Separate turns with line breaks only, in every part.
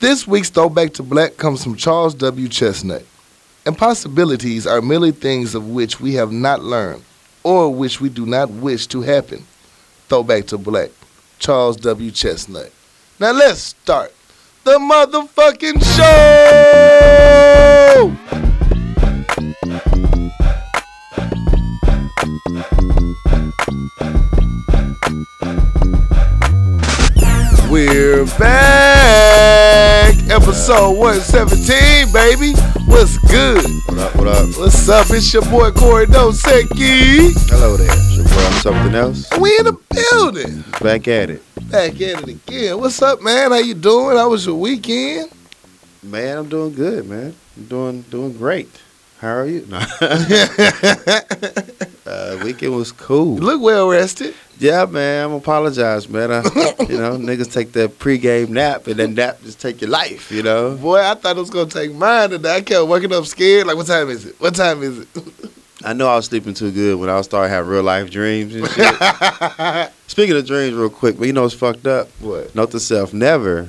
This week's Throwback to Black comes from Charles W. Chestnut. Impossibilities are merely things of which we have not learned or which we do not wish to happen. Throwback to Black, Charles W. Chestnut. Now let's start the motherfucking show! We're back! Episode 117, baby! What's good?
What up, what up?
What's up? It's your boy Corey Dosecki.
Hello there. It's your boy, I'm something else.
We in the building.
Back at it.
Back at it again. What's up, man? How you doing? How was your weekend?
Man, I'm doing good, man. I'm doing doing great. How are you? No. uh, weekend was
You
cool.
look well rested.
Yeah, man, I'm apologize, man. I, you know, niggas take that pregame nap and that nap just take your life, you know.
Boy, I thought it was gonna take mine today. I kept waking up scared. Like, what time is it? What time is it?
I know I was sleeping too good when I started having real life dreams and shit. Speaking of dreams real quick, but you know what's fucked up?
What?
Note to self, never,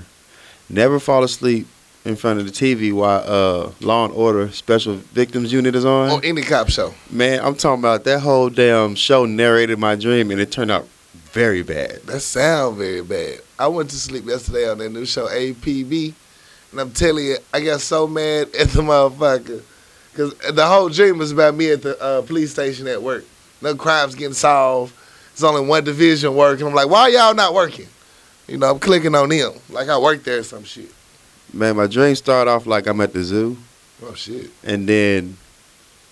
never fall asleep in front of the TV while uh, Law and Order Special Victims Unit is on.
On any cop show.
Man, I'm talking about that whole damn show narrated my dream and it turned out very bad.
That sound very bad. I went to sleep yesterday on that new show APB, and I'm telling you, I got so mad at the motherfucker, cause the whole dream was about me at the uh, police station at work. No crimes getting solved. It's only one division working. I'm like, why y'all not working? You know, I'm clicking on them like I work there or some shit.
Man, my dream started off like I'm at the zoo
Oh shit,
and then,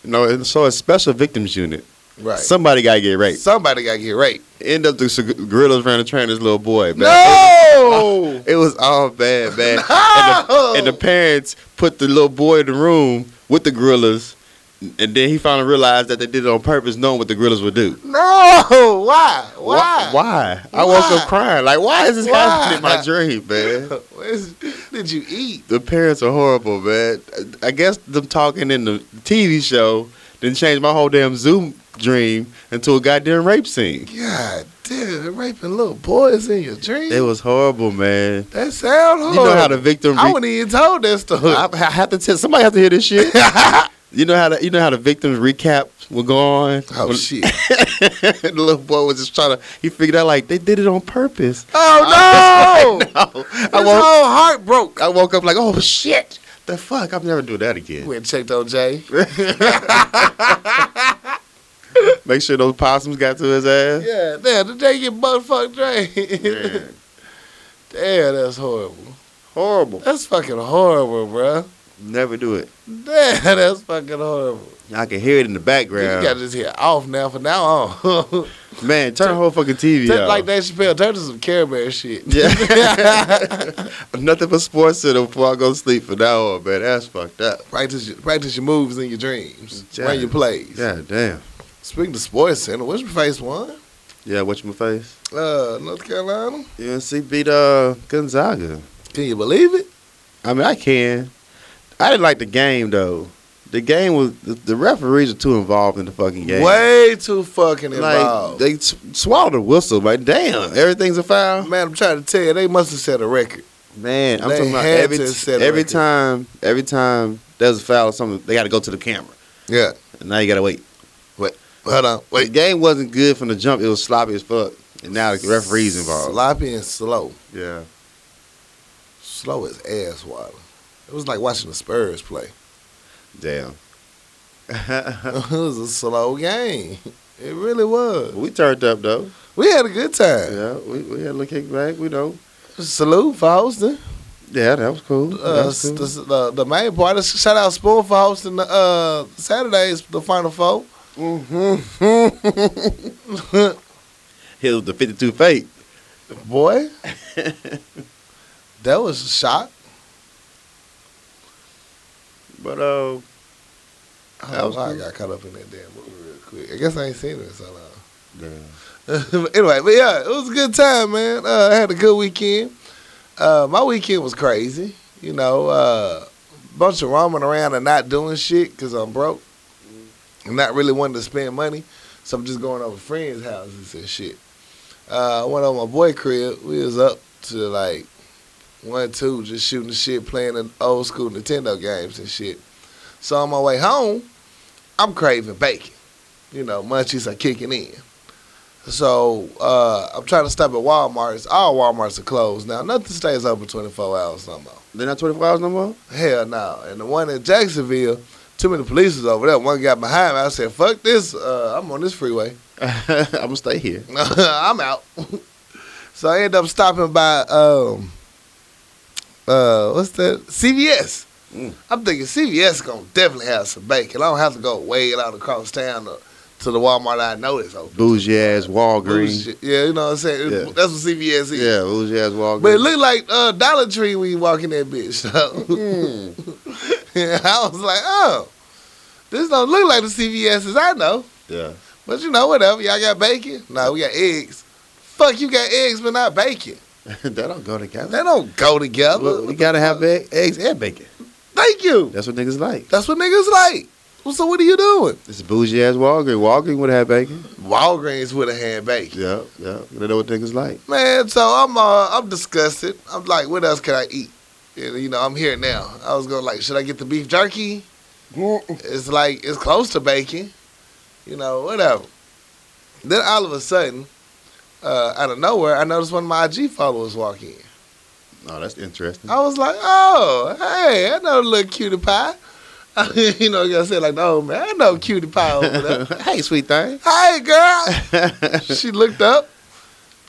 you know, and so it's Special Victims Unit.
right?
Somebody got to get raped.
Somebody got to get raped.
End up the sig- gorillas trying to train this little boy. man.
No.
It was all bad, man. And, the, and the parents put the little boy in the room with the gorillas, and then he finally realized that they did it on purpose, knowing what the gorillas would do.
No. Why? Why?
Wh- Why? I woke
Why?
up crying. Like, why is this
Why?
happening in my dream, man?
Where's- Did you eat?
The parents are horrible, man. I I guess them talking in the TV show then changed my whole damn Zoom dream into a goddamn rape scene.
God damn, raping little boys in your dream.
It was horrible, man.
that sound
You
horrible.
know how the victim.
I
re-
wouldn't even told that story.
I, I have to tell somebody have to hear this shit. you know how the, you know how the victims recaps were going.
oh
When-
shit.
the little boy was just trying to. He figured out like they did it on purpose.
Oh no!
I
His
woke,
whole heart broke.
I woke up like oh shit. The fuck! I'm never doing that again.
Went and checked on Jay.
Make sure those possums got to his ass.
Yeah, damn, did they get motherfucked Dre?
Man,
damn, that's horrible.
horrible.
That's fucking horrible, bruh.
Never do it.
Damn, that's fucking horrible.
I can hear it in the background.
You gotta just hear off now from now on.
Man, turn the whole fucking TV
Turn-
off.
Like that Chappelle, turn to some Care Bear shit.
Yeah. Nothing but sports center before I go to sleep for now on, man. That's fucked up.
practice your, practice your moves and your dreams.
Yeah.
Run your plays.
Yeah, damn.
Speaking of Sports Center, what's your face one?
Yeah, watch my face.
Uh, North Carolina.
UNC beat uh Gonzaga.
Can you believe it?
I mean, I can. I didn't like the game though. The game was the, the referees are too involved in the fucking game.
Way too fucking
Like
involved.
they s- swallowed the whistle. Like damn, everything's a foul.
Man, I'm trying to tell you, they must have set a record.
Man, I'm
They
talking about
had
every
to
t-
set a
every
record.
time every time there's a foul or something, they got to go to the camera.
Yeah.
And now you got to wait.
Hold on.
Wait, the game wasn't good from the jump. It was sloppy as fuck. And now the referees involved.
Sloppy and slow.
yeah.
Slow as ass water. It was like watching the Spurs play.
Damn.
it was a slow game. It really was.
we turned up though.
We had a good time.
Yeah, we, we had a little kickback. We know.
Salute for hosting.
Yeah, that was cool.
Uh, s- the, the, the main part is shout out Spoon for hosting the uh, Saturdays, the Final Four.
Hit with the 52 fate.
Boy, that was a shock.
But uh,
I
That
don't
was
know why Oh, I
cool.
got caught up in that damn movie real quick. I guess I ain't seen it in so long.
damn.
anyway, but yeah, it was a good time, man. Uh, I had a good weekend. Uh, my weekend was crazy. You know, uh, bunch of roaming around and not doing shit because I'm broke and not really wanting to spend money. So I'm just going over friends' houses and shit. Uh, I went on my boy crib. We was up to like one, two, just shooting the shit, playing the old school Nintendo games and shit. So on my way home, I'm craving bacon. You know, munchies are kicking in. So uh, I'm trying to stop at Walmart's. All Walmart's are closed now. Nothing stays open 24 hours no more.
They're not 24 hours no more?
Hell no. And the one in Jacksonville, too many police was over there. One got behind me. I said, fuck this. Uh, I'm on this freeway.
I'm going to stay here.
I'm out. so I end up stopping by, um, uh, what's that? CVS.
Mm.
I'm thinking CVS going to definitely have some bacon. I don't have to go way out across town to, to the Walmart I know is open.
Bougie ass Walgreens.
Bullshit. Yeah, you know what I'm saying?
Yeah.
That's what CVS is.
Yeah, bougie ass Walgreens.
But it looked like uh, Dollar Tree when you walk in that bitch. So.
Mm.
And I was like, oh, this don't look like the CVS's I know.
Yeah.
But you know, whatever. Y'all got bacon? No, we got eggs. Fuck, you got eggs, but not bacon.
that don't go together.
They don't go together.
We, we gotta have egg, eggs and bacon.
Thank you.
That's what niggas like.
That's what niggas like. Well, So what are you doing?
It's bougie ass Walgreens. Walgreens would have bacon.
Walgreens would have had bacon.
Yeah, yeah. They know what niggas like.
Man, so I'm uh, I'm disgusted. I'm like, what else can I eat? And you know, I'm here now. I was going to like, should I get the beef jerky? It's like it's close to bacon, you know, whatever. Then all of a sudden, uh, out of nowhere, I noticed one of my IG followers walk in.
Oh, that's interesting.
I was like, "Oh, hey, I know little cutie pie." you know, like I said, like the old man, I know cutie pie
Oh,
over there.
hey, sweet thing.
hey, girl. She looked up.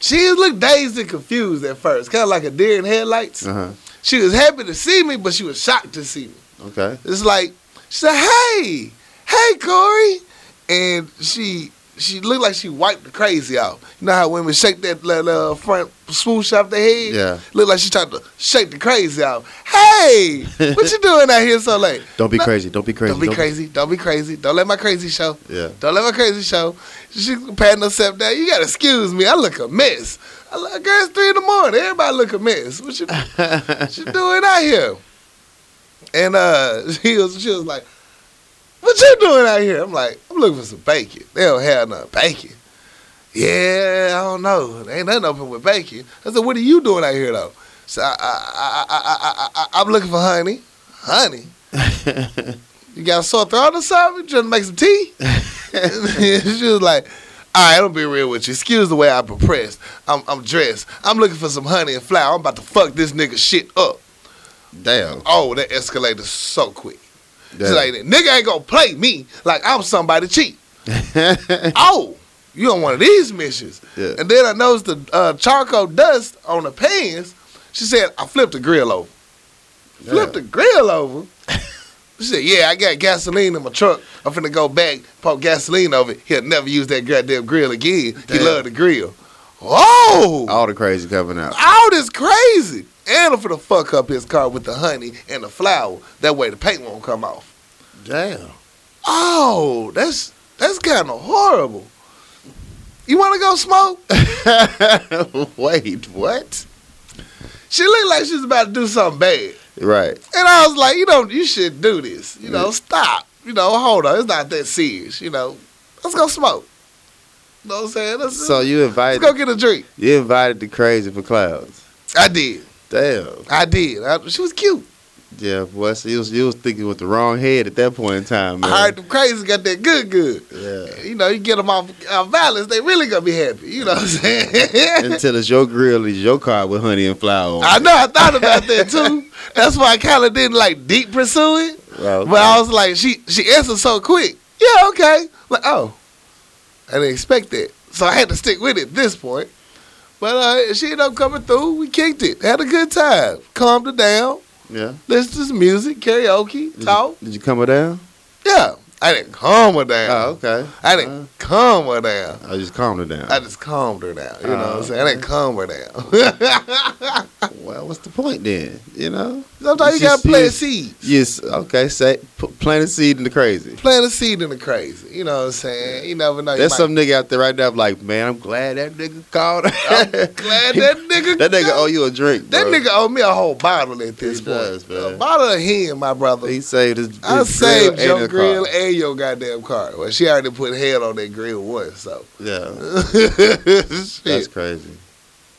She looked dazed and confused at first, kind of like a deer in headlights.
Uh-huh.
She was happy to see me, but she was shocked to see me.
Okay.
It's like she said, "Hey, hey, Corey," and she she looked like she wiped the crazy out. You know how women shake that little uh, front swoosh off their head?
Yeah.
Looked like she tried to shake the crazy out. Hey, what you doing out here so late?
Don't be
No,
crazy. Don't be crazy.
Don't be crazy. Don't be crazy. Don't let my crazy show.
Yeah.
Don't let my crazy show. She patting herself down. You gotta excuse me. I look a mess. I look, girl, it's three in the morning. Everybody look a mess. What you, what you doing out here? And uh, she was she was like, "What you doing out here?" I'm like, "I'm looking for some bacon. They don't have no bacon." Yeah, I don't know. There ain't nothing open with bacon. I said, "What are you doing out here though?" So I, I, I, I, I, I, I'm looking for honey. Honey. You got a sore throat or something? You trying to make some tea? she was like, all right, I'm gonna be real with you. Excuse the way I'm impressed. I'm, I'm dressed. I'm looking for some honey and flour. I'm about to fuck this nigga shit up.
Damn.
Oh, that escalated so quick. She's
Damn.
like, nigga ain't gonna play me like I'm somebody cheap. oh, you on one of these missions.
Yeah.
And then I noticed the uh, charcoal dust on the pans. She said, I flipped the grill over. Flipped the grill over. she said, Yeah, I got gasoline in my truck. I'm finna go back, pour gasoline over it. He'll never use that goddamn grill again. He
Damn.
loved the grill. Oh! Whoa!
All the crazy coming out.
All this crazy. And I'm finna fuck up his car with the honey and the flour. That way the paint won't come off.
Damn.
Oh, that's that's kind of horrible. You want to go smoke?
Wait, what?
She looked like she's about to do something bad,
Right.
and I was like, you know, you should do this. You know, stop. You know, hold on, it's not that serious. You know, let's go smoke. You know what I'm saying? Let's,
So you
let's
invited
go get a drink.
you invited the crazy for clouds.
I did.
Damn.
I did. I, she was cute.
Yeah, boy. So you was you was thinking with the wrong head at that point in time, man.
I heard them crazy got that good, good.
Yeah.
You know, you get them off, off balance, they really gonna be happy. You know what I'm saying?
Until it's your grill is your car with honey and flour on.
I know I thought about that too. That's why I kind of didn't like deep pursue it.
Well,
But I was like, she she answered so quick. Yeah, okay. Like, oh, I didn't expect that, so I had to stick with it at this point. But uh, she ended up coming through. We kicked it, had a good time, calmed her down,
yeah.
listened to some music,
Mm-hmm.
karaoke, talk.
Did you come her down?
Yeah, I didn't calm her
Oh,
down.
okay.
I didn't calm her down.
I just calmed her down.
I just calmed her down. You know what I'm
Oh,
saying? I didn't calm her down.
well, what's the point then? You know.
Sometimes you
It's
gotta
just-
play
it's-
seeds.
Yes. Okay. Say p- plant a seed in the crazy.
plant a seed in the crazy. You know what I'm saying? You never know. You
There's
might-
some nigga out there right now like, man, I'm glad that nigga called.
I'm glad that nigga.
that nigga owe you a drink.
That
bro.
nigga owe me a whole bottle at this
He
point.
does, man.
A bottle of him, my brother.
He saved his.
I
his
saved
grill and
your
the
grill
car.
and your goddamn car. Well, she already put head on that grill once, so
Yeah,
shit.
that's crazy.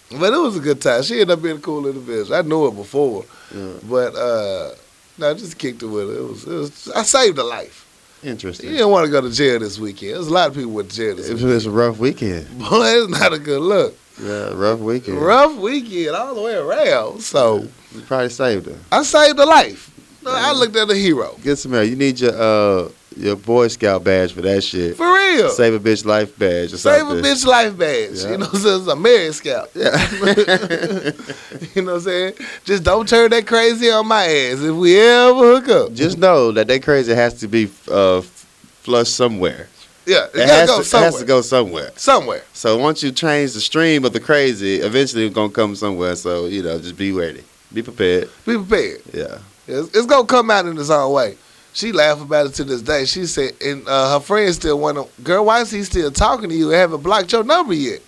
But it was a good time. She ended up being a cool individual. I knew it before,
Yeah.
but uh, no, I just kicked it with her. It was, it was I saved a life. You
Interesting.
didn't want to go to jail this weekend. There's a lot of people went to jail this
It was,
weekend.
it was a rough weekend.
Boy, it's not a good look.
Yeah, rough weekend.
Rough weekend all the way around. So
You probably saved her.
I saved a life. No, I looked at a hero.
Get some You need your uh your Boy Scout badge for that shit.
For real. Save,
Save a bitch life badge or
a
something.
bitch life badge.
Yeah.
You know what I'm saying? It's a Mary Scout.
Yeah.
You know what I'm saying? Just don't turn that crazy on my ass if we ever hook up.
Just know that that crazy has to be uh flushed somewhere.
Yeah, it,
It
gotta
has,
go
to, it
somewhere.
has to go somewhere.
Somewhere.
So once you change the stream of the crazy, eventually it's gonna come somewhere. So you know, just be ready, be prepared.
Be prepared.
Yeah,
It's, it's gonna come out in its own way. She laughed about it to this day. She said, and uh, her friend still want to, girl, why is he still talking to you and haven't blocked your number yet?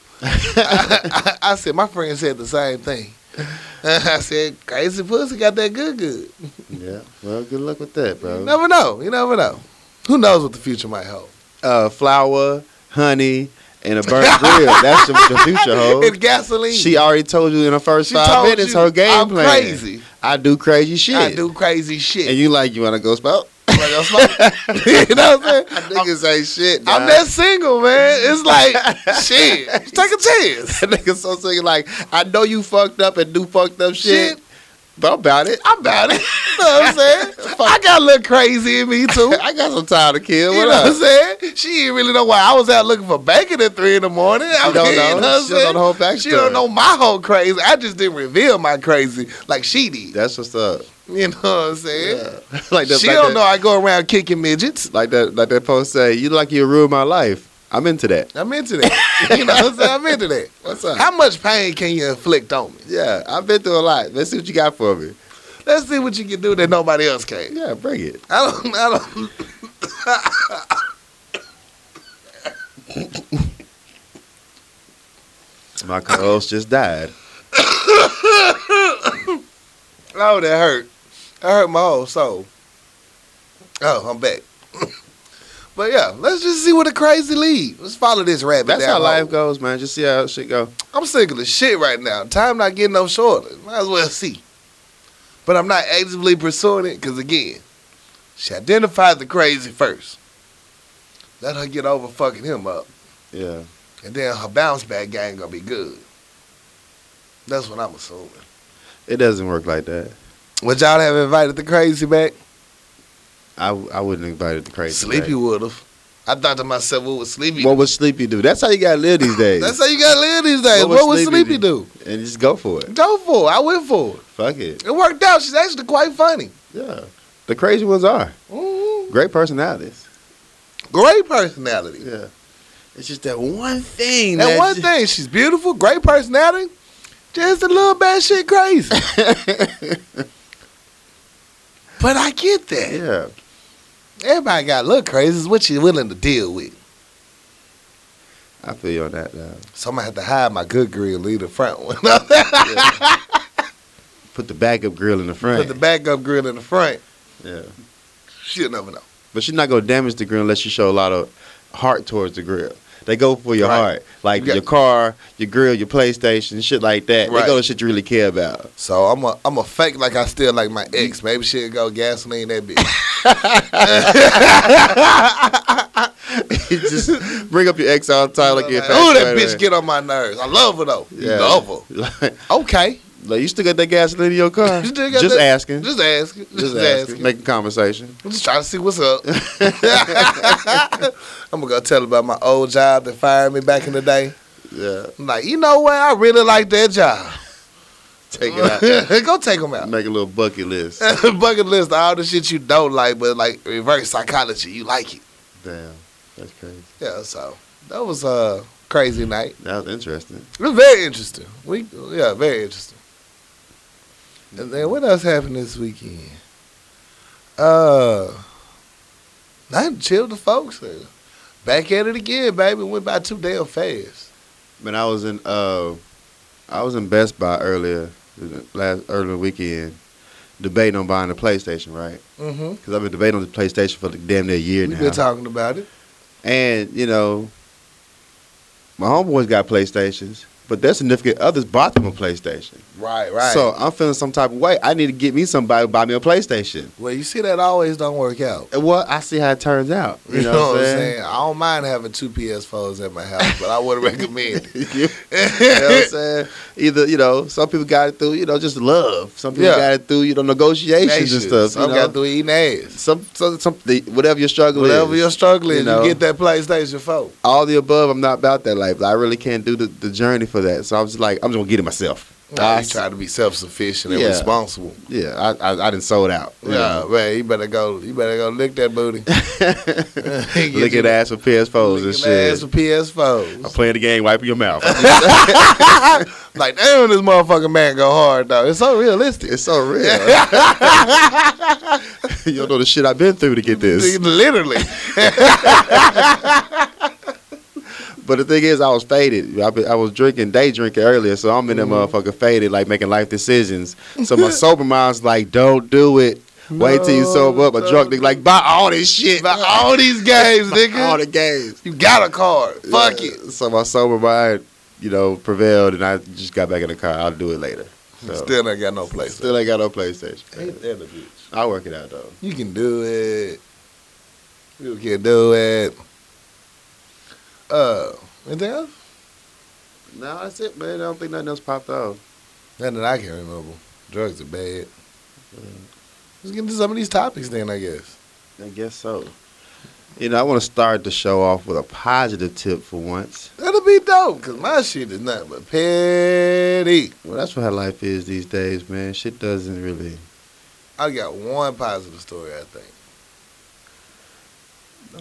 I, I, I said, my friend said the same thing. I said, crazy pussy got that good, good.
yeah. Well, good luck with that,
You
bro.
never know. You never know. Who knows what the future might hold?
Uh, flour, honey, and a burnt grill. That's your, your future, hoe.
And gasoline.
She already told you in the first
She
five
told
minutes
you,
her game
I'm
plan.
crazy.
I do crazy shit.
I do crazy shit.
And you like you wanna go spout?
Like, I'm smoking. you know what I'm saying?
Niggas ain't shit.
I'm
dawg.
that single, man. It's like, shit, take a chance.
That nigga so sick. Like I know you fucked up and do fucked up shit,
Shit.
but I'm about it.
I'm about it. You know what I'm saying? I got a little crazy in me, too.
I got some time to kill.
You
What
know
up?
what I'm saying? She didn't really know why I was out looking for bacon at three in the morning. I
She don't
mean, you
know.
know what I'm
She don't know
saying?
the whole backstory.
She don't know my whole crazy. I just didn't reveal my crazy like she did.
That's what's up.
You know what I'm saying?
like that,
she
like
don't
that,
know I go around kicking midgets.
Like that, like that post say, "You like you ruined my life." I'm into that.
I'm into that. you know what I'm saying? I'm into that.
What's up?
How much pain can you inflict on me?
Yeah, I've been through a lot. Let's see what you got for me.
Let's see what you can do that nobody else can.
Yeah, bring it.
I don't. I don't.
My co-host just died.
Oh, that hurt. I hurt my whole soul. Oh, I'm back. but yeah, let's just see where the crazy lead. Let's follow this rabbit.
That's
down
how
hole.
life goes, man. Just see how shit go.
I'm sick of the shit right now. Time not getting no shorter. Might as well see. But I'm not actively pursuing it because again, she identified the crazy first. Let her get over fucking him up,
Yeah,
and then her bounce back game gonna be good. That's what I'm assuming.
it doesn't work like that.
Would y'all have invited the crazy back?
I, I wouldn't invite it to crazy.
Sleepy
Back.
would have. I thought to myself, what would Sleepy
What would Sleepy do? That's how you gotta live these days.
That's how you gotta live these days. What, would Sleepy, do?
And just go for it.
Go for it. I went for it.
Fuck it.
It worked out. She's actually quite funny.
Yeah. The crazy ones are
Mhm.
great personalities.
Great personality.
Mm-hmm. Yeah. It's just that one thing.
And one thing, she's beautiful, great personality, just a little bad shit crazy. but I get that.
Yeah.
Everybody got a little crazy. It's what you willing to deal with.
I feel you on that uh, now.
So I'm gonna have to hide my good grill, leave the front one.
Put the backup grill in the front.
Put the backup grill in the front.
yeah.
She'll never know.
But she's not gonna damage the grill unless you show a lot of heart towards the grill. They go for your
Right.
heart. Like
You got-
your car, your grill, your PlayStation, shit like that. They
Right.
go to shit you really care about.
So I'm a I'm a fake like I still like my ex. Maybe she'll go gasoline that bitch.
You just bring up your ex all the time like you're
Like, oh that bitch get on my nerves. I love her though. You love her.
Like,
Okay.
like, you still got that gasoline in your car?
You
Uh, just
still got that-
asking. Just,
Just asking. Just,
asking.
asking.
Making conversation.
I'm just trying to see what's up. I'm gonna go tell her about my old job that fired me back in the day.
Yeah.
I'm like, you know what? I really like that job.
Take it out.
go take them out.
Make a little bucket list.
Bucket list, all the shit you don't like, but like reverse psychology, you like it.
Damn. That's crazy.
Yeah, so that was a crazy night.
That was interesting.
It was very interesting. We yeah, very interesting. And then what else happened this weekend? Uh, I chilled the folks. uh, Back at it again, baby. Went by too damn fast.
Man, I was in uh, I was in Best Buy earlier last earlier weekend, debating on buying a PlayStation, right?
Mm-hmm.
Because I've been debating on the PlayStation for like damn near a year
We've
now.
been talking about it.
and you know, my homeboys got PlayStations, but their significant others bought them a PlayStation.
Right, right.
So I'm feeling some type of way. I need to get me somebody to buy me a PlayStation.
well, you see that always don't work out.
And well, I see how it turns out.
You, know, what I'm saying? I don't mind having two PS4s at my house, but I wouldn't recommend it.
you know what I'm saying? Either, you know, some people got it through, you know, just love. Some people
Yeah.
got it through, you know, negotiations and stuff. You
Some
know?
got through eating ass.
some, some, some, the, whatever your struggle
Whatever
is.
you're struggling,
you
you,
know.
get that PlayStation 4.
all the above, I'm not about that life. I really can't do the, the journey for that. So I'm just like, I'm just gonna get it myself.
I
I,
try Ah, to be self sufficient and
Yeah.
responsible.
yeah, I, I I didn't sold out. you
Yeah,
know.
man, you better go. You better go lick that booty. Get
Look
you-
at ass for PS4s and
Lick your ass
shit.
with PS4s.
I'm playing the game, wiping your mouth.
Like, damn, this motherfucking man go hard though. It's so realistic.
it's so real. you don't know the shit I've been through to get this.
Literally.
But the thing is, I was faded. I, be, I was drinking, day drinking earlier, so I'm in that motherfucker faded, like making life decisions. So my sober mind's like, don't do it. Wait till you
No,
sober up. A
don't
drunk nigga like, buy all this shit, buy
By all these games,
all
nigga.
the games.
You got a card. Fuck
Yeah.
it.
So my sober mind, you know, prevailed, and I just got back in the car. I'll do it later. So, still,
Still ain't got no place.
ain't got no PlayStation.
Ain't that a bitch?
I'll work it out though.
You can do it. You can do it. Uh, anything else?
No, that's it, man. I don't think nothing else popped off.
Nothing that I can remember. Drugs are bad. Let's get into some of these topics then, I guess.
I guess so. You know, I want to start the show off with a positive tip for once.
That'll be dope, cause my shit is nothing but petty.
Well, that's what how life is these days, man. Shit doesn't really.
I got one positive story, I think.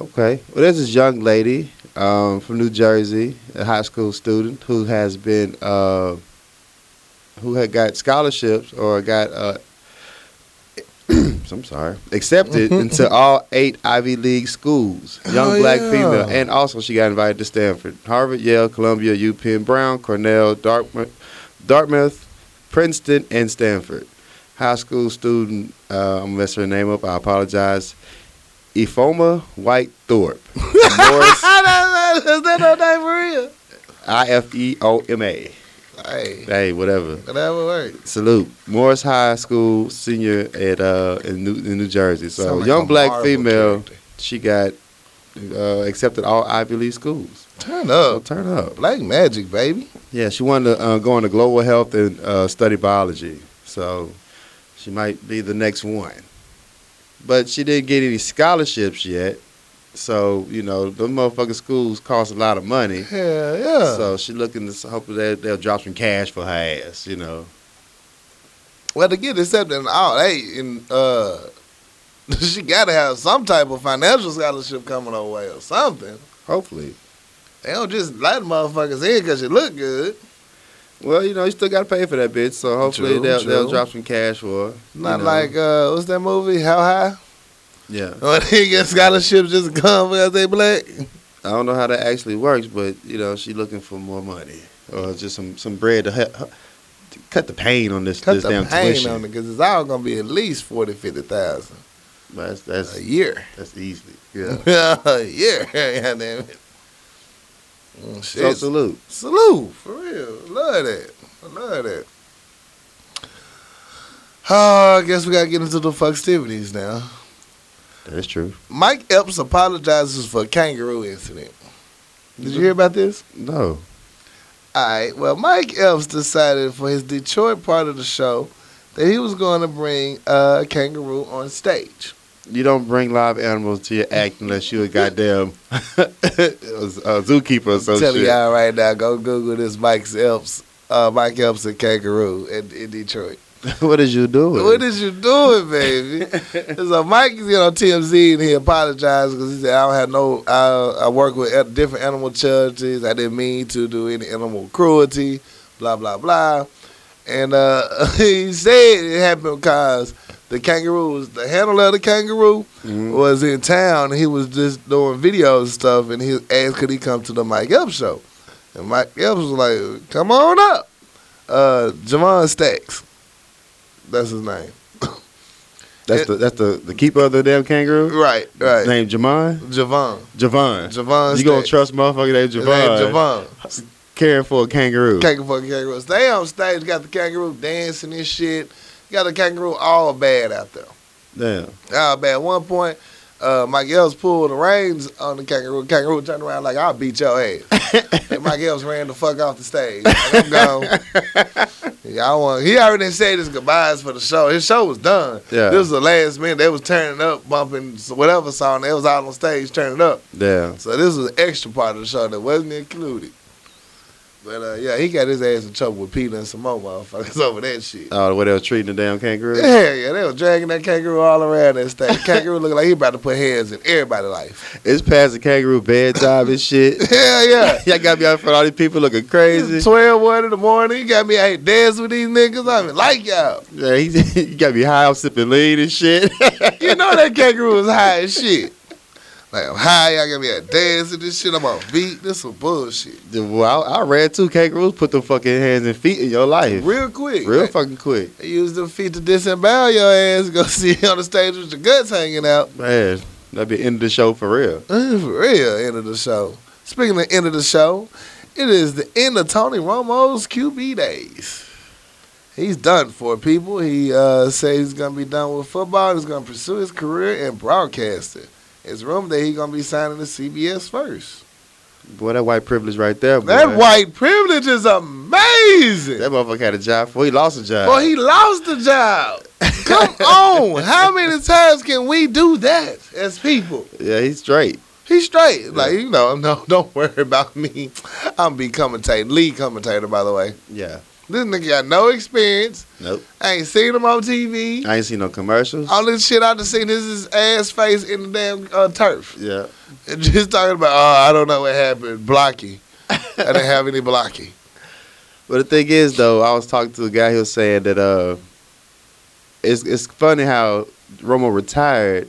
Okay. Well, there's this young lady um, from New Jersey, a high school student who has been, uh, who had got scholarships or got, uh, I'm sorry, accepted into all eight Ivy League schools. Young
Oh,
black
yeah.
female, and also she got invited to Stanford, Harvard, Yale, Columbia, UPenn, Brown, Cornell, Dartmouth, Dartmouth, Princeton, and Stanford. High school student, uh, I'm gonna mess her name up. I apologize. Ifoma White Thorpe. Morris,
is that no name for real?
I F E O M A.
Hey,
Hey, whatever.
that would work.
Salute. Morris High School senior at uh in New in New Jersey. So
Sound like
young
a
black
Marvel
female,
character.
she got uh, accepted all Ivy League schools.
Turn
So
up.
turn up.
Black magic, baby.
Yeah, she wanted to uh, go into global health and uh, study biology. So she might be the next one. But she didn't get any scholarships yet. So, you know, them motherfucking schools cost a lot of money.
Hell yeah.
So she looking to hope that they'll drop some cash for her ass, you know.
well, to get accepted in all eight, and uh, she gotta have some type of financial scholarship coming her way or something.
Hopefully.
They don't just let motherfuckers in because you look good.
Well, you know, you still got to pay for that bitch. So hopefully
True,
they'll, they'll
true.
drop some cash for her. you
Not
know.
like uh, what's that movie? How high?
Yeah.
When they get scholarships just come because they black.
I don't know how that actually works, but you know, she looking for more money or just some some bread to, he- to cut the pain on this
Cut
this
the
damn
pain
tuition.
on it because it's all gonna be at least forty, fifty thousand
But
a
that's that's
year.
that's easy.
Mm.
Yeah.
a year. Goddamn it. Mm,
so
shit.
salute.
Salute, for real. Love that. I love that. Oh, I guess we gotta get into the festivities now.
That's true.
Mike Epps apologizes for kangaroo incident. Did
Mm-hmm.
you hear about this?
No.
All right. Well, Mike Epps decided for his Detroit part of the show that he was going to bring a kangaroo on stage.
You don't bring live animals to your act unless you a goddamn a zookeeper or some
Tell
Oh, shit.
y'all right now, go Google this Mike Epps, uh, Mike Epps and kangaroo in, in Detroit.
what is you doing?
What is you doing, baby? so Mike, you know, TMZ, and he apologized because he said, I don't have no, I, I work with a- different animal charities. I didn't mean to do any animal cruelty, blah, blah, blah. And uh, he said it happened because the kangaroos, the handler of the kangaroo
Mhm.
Mm-hmm. was in town. And he was just doing videos and stuff, and he asked, could he come to the Mike Epps show? And Mike Epps was like, come on up. Uh, Javon Stacks. That's his name.
that's the that's the, the keeper of the damn kangaroo.
Right, right.
Named Jamon.
Javon.
Javon.
Javon.
you gonna
Stacks.
trust motherfucker named
His
Javon?
name Javon.
caring for a kangaroo.
Kangaroo fucking kangaroos. They on stage got the kangaroo dancing and shit. Got the kangaroo all bad out there.
Damn.
All bad. At one point, uh, Mike Ellis pulled the reins on the kangaroo. Kangaroo turned around like, I'll beat your ass. and Mike Ellis ran the fuck off the stage. Like, I'm gone. Yeah, I want, he already said his goodbyes for the show. His show was done.
Yeah.
This was the last minute. They was turning up, bumping whatever song. They was out on stage turning up.
Damn.
So this was an extra part of the show that wasn't included. But uh, yeah, he got his ass in trouble with Peter and some more motherfuckers over that shit.
Oh, the way they were treating the damn kangaroo.
Yeah, yeah, they were dragging that kangaroo all around that stage. kangaroo looked like he about to put hands in everybody's life.
It's past the kangaroo bedtime and shit.
Yeah, yeah.
Y'all got me out in front of all these people looking
It's
crazy.
12, 1 in the morning. You got me out here dancing with these niggas. I mean, like y'all.
Yeah, he, you got me high, I'm sipping lean and shit.
You know that kangaroo was high as shit. Like, I'm high. Y'all got me out dancing this shit. I'm on beat. This some bullshit.
well, I, I ran two kangaroos, put them fucking hands and feet in your life. Real,
Real quick.
fucking quick.
They use them feet to disembowel your ass. Go see you on the stage with your guts hanging out.
Man, that'd be the end of the show for real.
Uh, For real, end of the show. Speaking of end of the show, it is the end of Tony Romo's QB days. He's done for people. He uh, says he's gonna be done with football. He's gonna pursue his career in broadcasting. It's rumored that he's gonna be signing to CBS first.
Boy, that white privilege right there, boy.
That white privilege is amazing.
That motherfucker had a job for he lost a job.
Boy, he lost the job. Come on. How many times can we do that as people?
yeah, he's straight.
He's straight. Like, you know, no, don't worry about me. I'm be commentator, lead commentator, by the way.
Yeah.
This nigga got no experience.
Nope.
I ain't seen him on TV.
I ain't seen no commercials.
All this shit I just seen is his ass face in the damn uh, turf.
yeah.
And just talking about, oh, I don't know what happened. Blocky. I didn't have any blocky.
But the thing is, though, I was talking to a guy who was saying that uh, it's it's funny how Romo retired,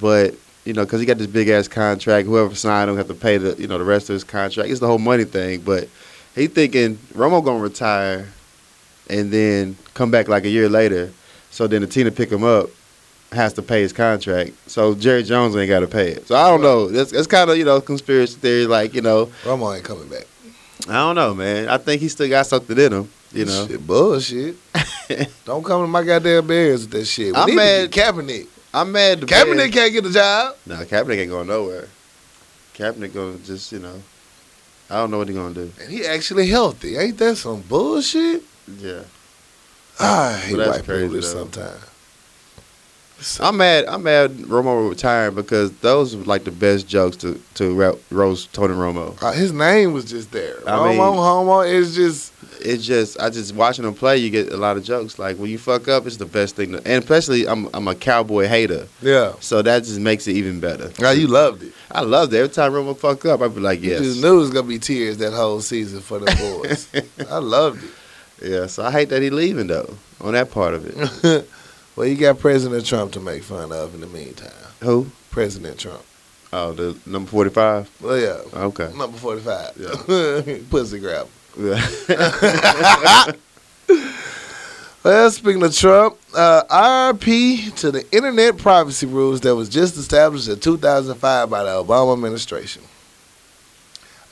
but you know, because he got this big ass contract, whoever signed him have to pay the you know the rest of his contract. It's the whole money thing. But he thinking Romo gonna retire, and then come back like a year later. So then the team to pick him up has to pay his contract. So Jerry Jones ain't got to pay it. So I don't know. That's that's kind of you know conspiracy theory. Like you know,
Romo ain't coming back.
I don't know, man. I think he still got something in him. You know.
Shit, bullshit. Don't come to my goddamn bears with that shit. We
I'm
need to
mad-
get Kaepernick.
I'm mad. The
Kaepernick
Bears-
can't get a job.
No, Kaepernick ain't going nowhere. Kaepernick gonna just you know, I don't know what he gonna do.
And he actually healthy. Ain't that some bullshit?
Yeah,
Ah, I hate
Well, that's
white
crazy,
privilege
though.
sometimes.
I'm mad. I'm mad. Romo retiring because those were like the best jokes to to ra- roast Tony Romo.
Uh, his name was just there.
I
Romo,
mean-
Homo is just
It's just I just watching him play. You get a lot of jokes. Like when you fuck up, it's the best thing. To, and especially I'm I'm a cowboy hater,
yeah.
so that just makes it even better.
Now you loved it.
I love that every time Romo fuck up, I'd be like, yes.
You just knew it was gonna be tears that whole season for the boys. I loved it.
Yeah, so I hate that he leaving though. On that part of it,
Well, you got President Trump to make fun of in the meantime.
who?
President Trump.
Oh, the number forty-five.
Well, yeah.
Okay.
Number forty-five. Pussy grab.
Yeah.
Well, speaking of Trump, uh, RP to the internet privacy rules that was just established in 2005 by the Obama administration.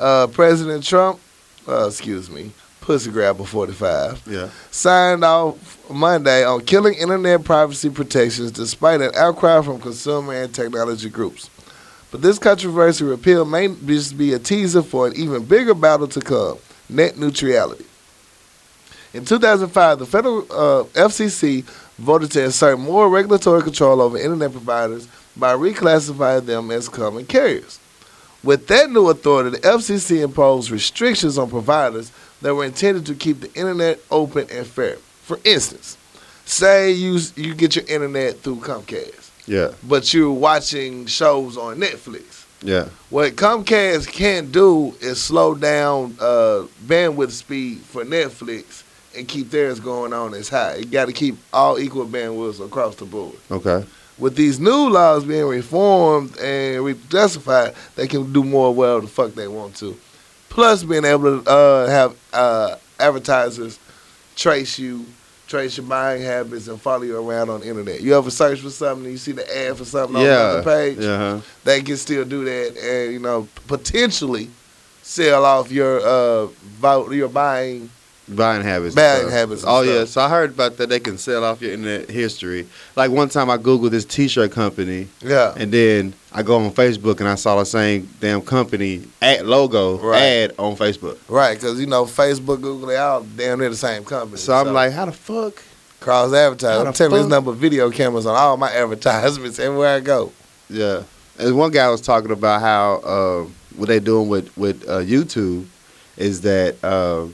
Uh, President Trump, uh, excuse me, pussy grabber 45,
yeah.
signed off Monday on killing internet privacy protections despite an outcry from consumer and technology groups. But this controversial repeal may just be a teaser for an even bigger battle to come net neutrality. In 2005, the federal uh, FCC voted to assert more regulatory control over internet providers by reclassifying them as common carriers. With that new authority, the FCC imposed restrictions on providers that were intended to keep the internet open and fair. For instance, say you you get your internet through Comcast,
Yeah.
but you're watching shows on Netflix.
Yeah.
What Comcast can't do is slow down uh, bandwidth speed for Netflix and keep theirs going on as high. You got to keep all equal bandwidths across the board.
Okay.
With these new laws being reformed and re-justified, they can do more well the fuck they want to. Plus, being able to uh, have uh, advertisers trace you, trace your buying habits, and follow you around on the internet. You ever search for something and you see the ad for something on
yeah. Uh-huh.
another page?
Yeah. huh
they can still do that and you know potentially sell off your uh vote, your buying.
Buying habits. and
Buying
stuff.
habits and
Oh yeah.
stuff.
So I heard about that. They can sell off your internet history. Like one time, I googled this T-shirt company,
Yeah.
and then I go on Facebook and I saw the same damn company ad logo
Right.
ad on Facebook.
Right, because you know Facebook, Google, they all damn near the same company.
So I'm like, how the fuck?
cross advertising.
How
I'm
the
telling you,
fuck?
this number of video cameras on all my advertisements everywhere I go.
Yeah. And one guy was talking about how uh, what they doing with with uh, YouTube is that uh,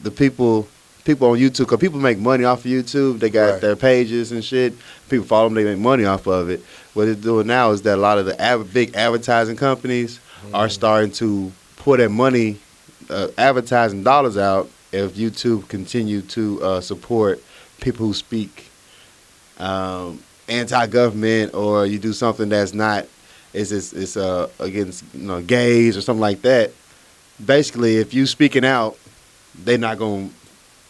the people people on YouTube, cause people make money off of YouTube. They got
Right.
their pages and shit. People follow them. They make money off of it. What they're doing now is that a lot of the ad- big advertising companies are starting to pour their money, uh, advertising dollars out. If YouTube continue to uh, support people who speak um, anti-government or you do something that's not it's it's, it's uh, against you know gays or something like that. Basically, if you speaking out, they're not going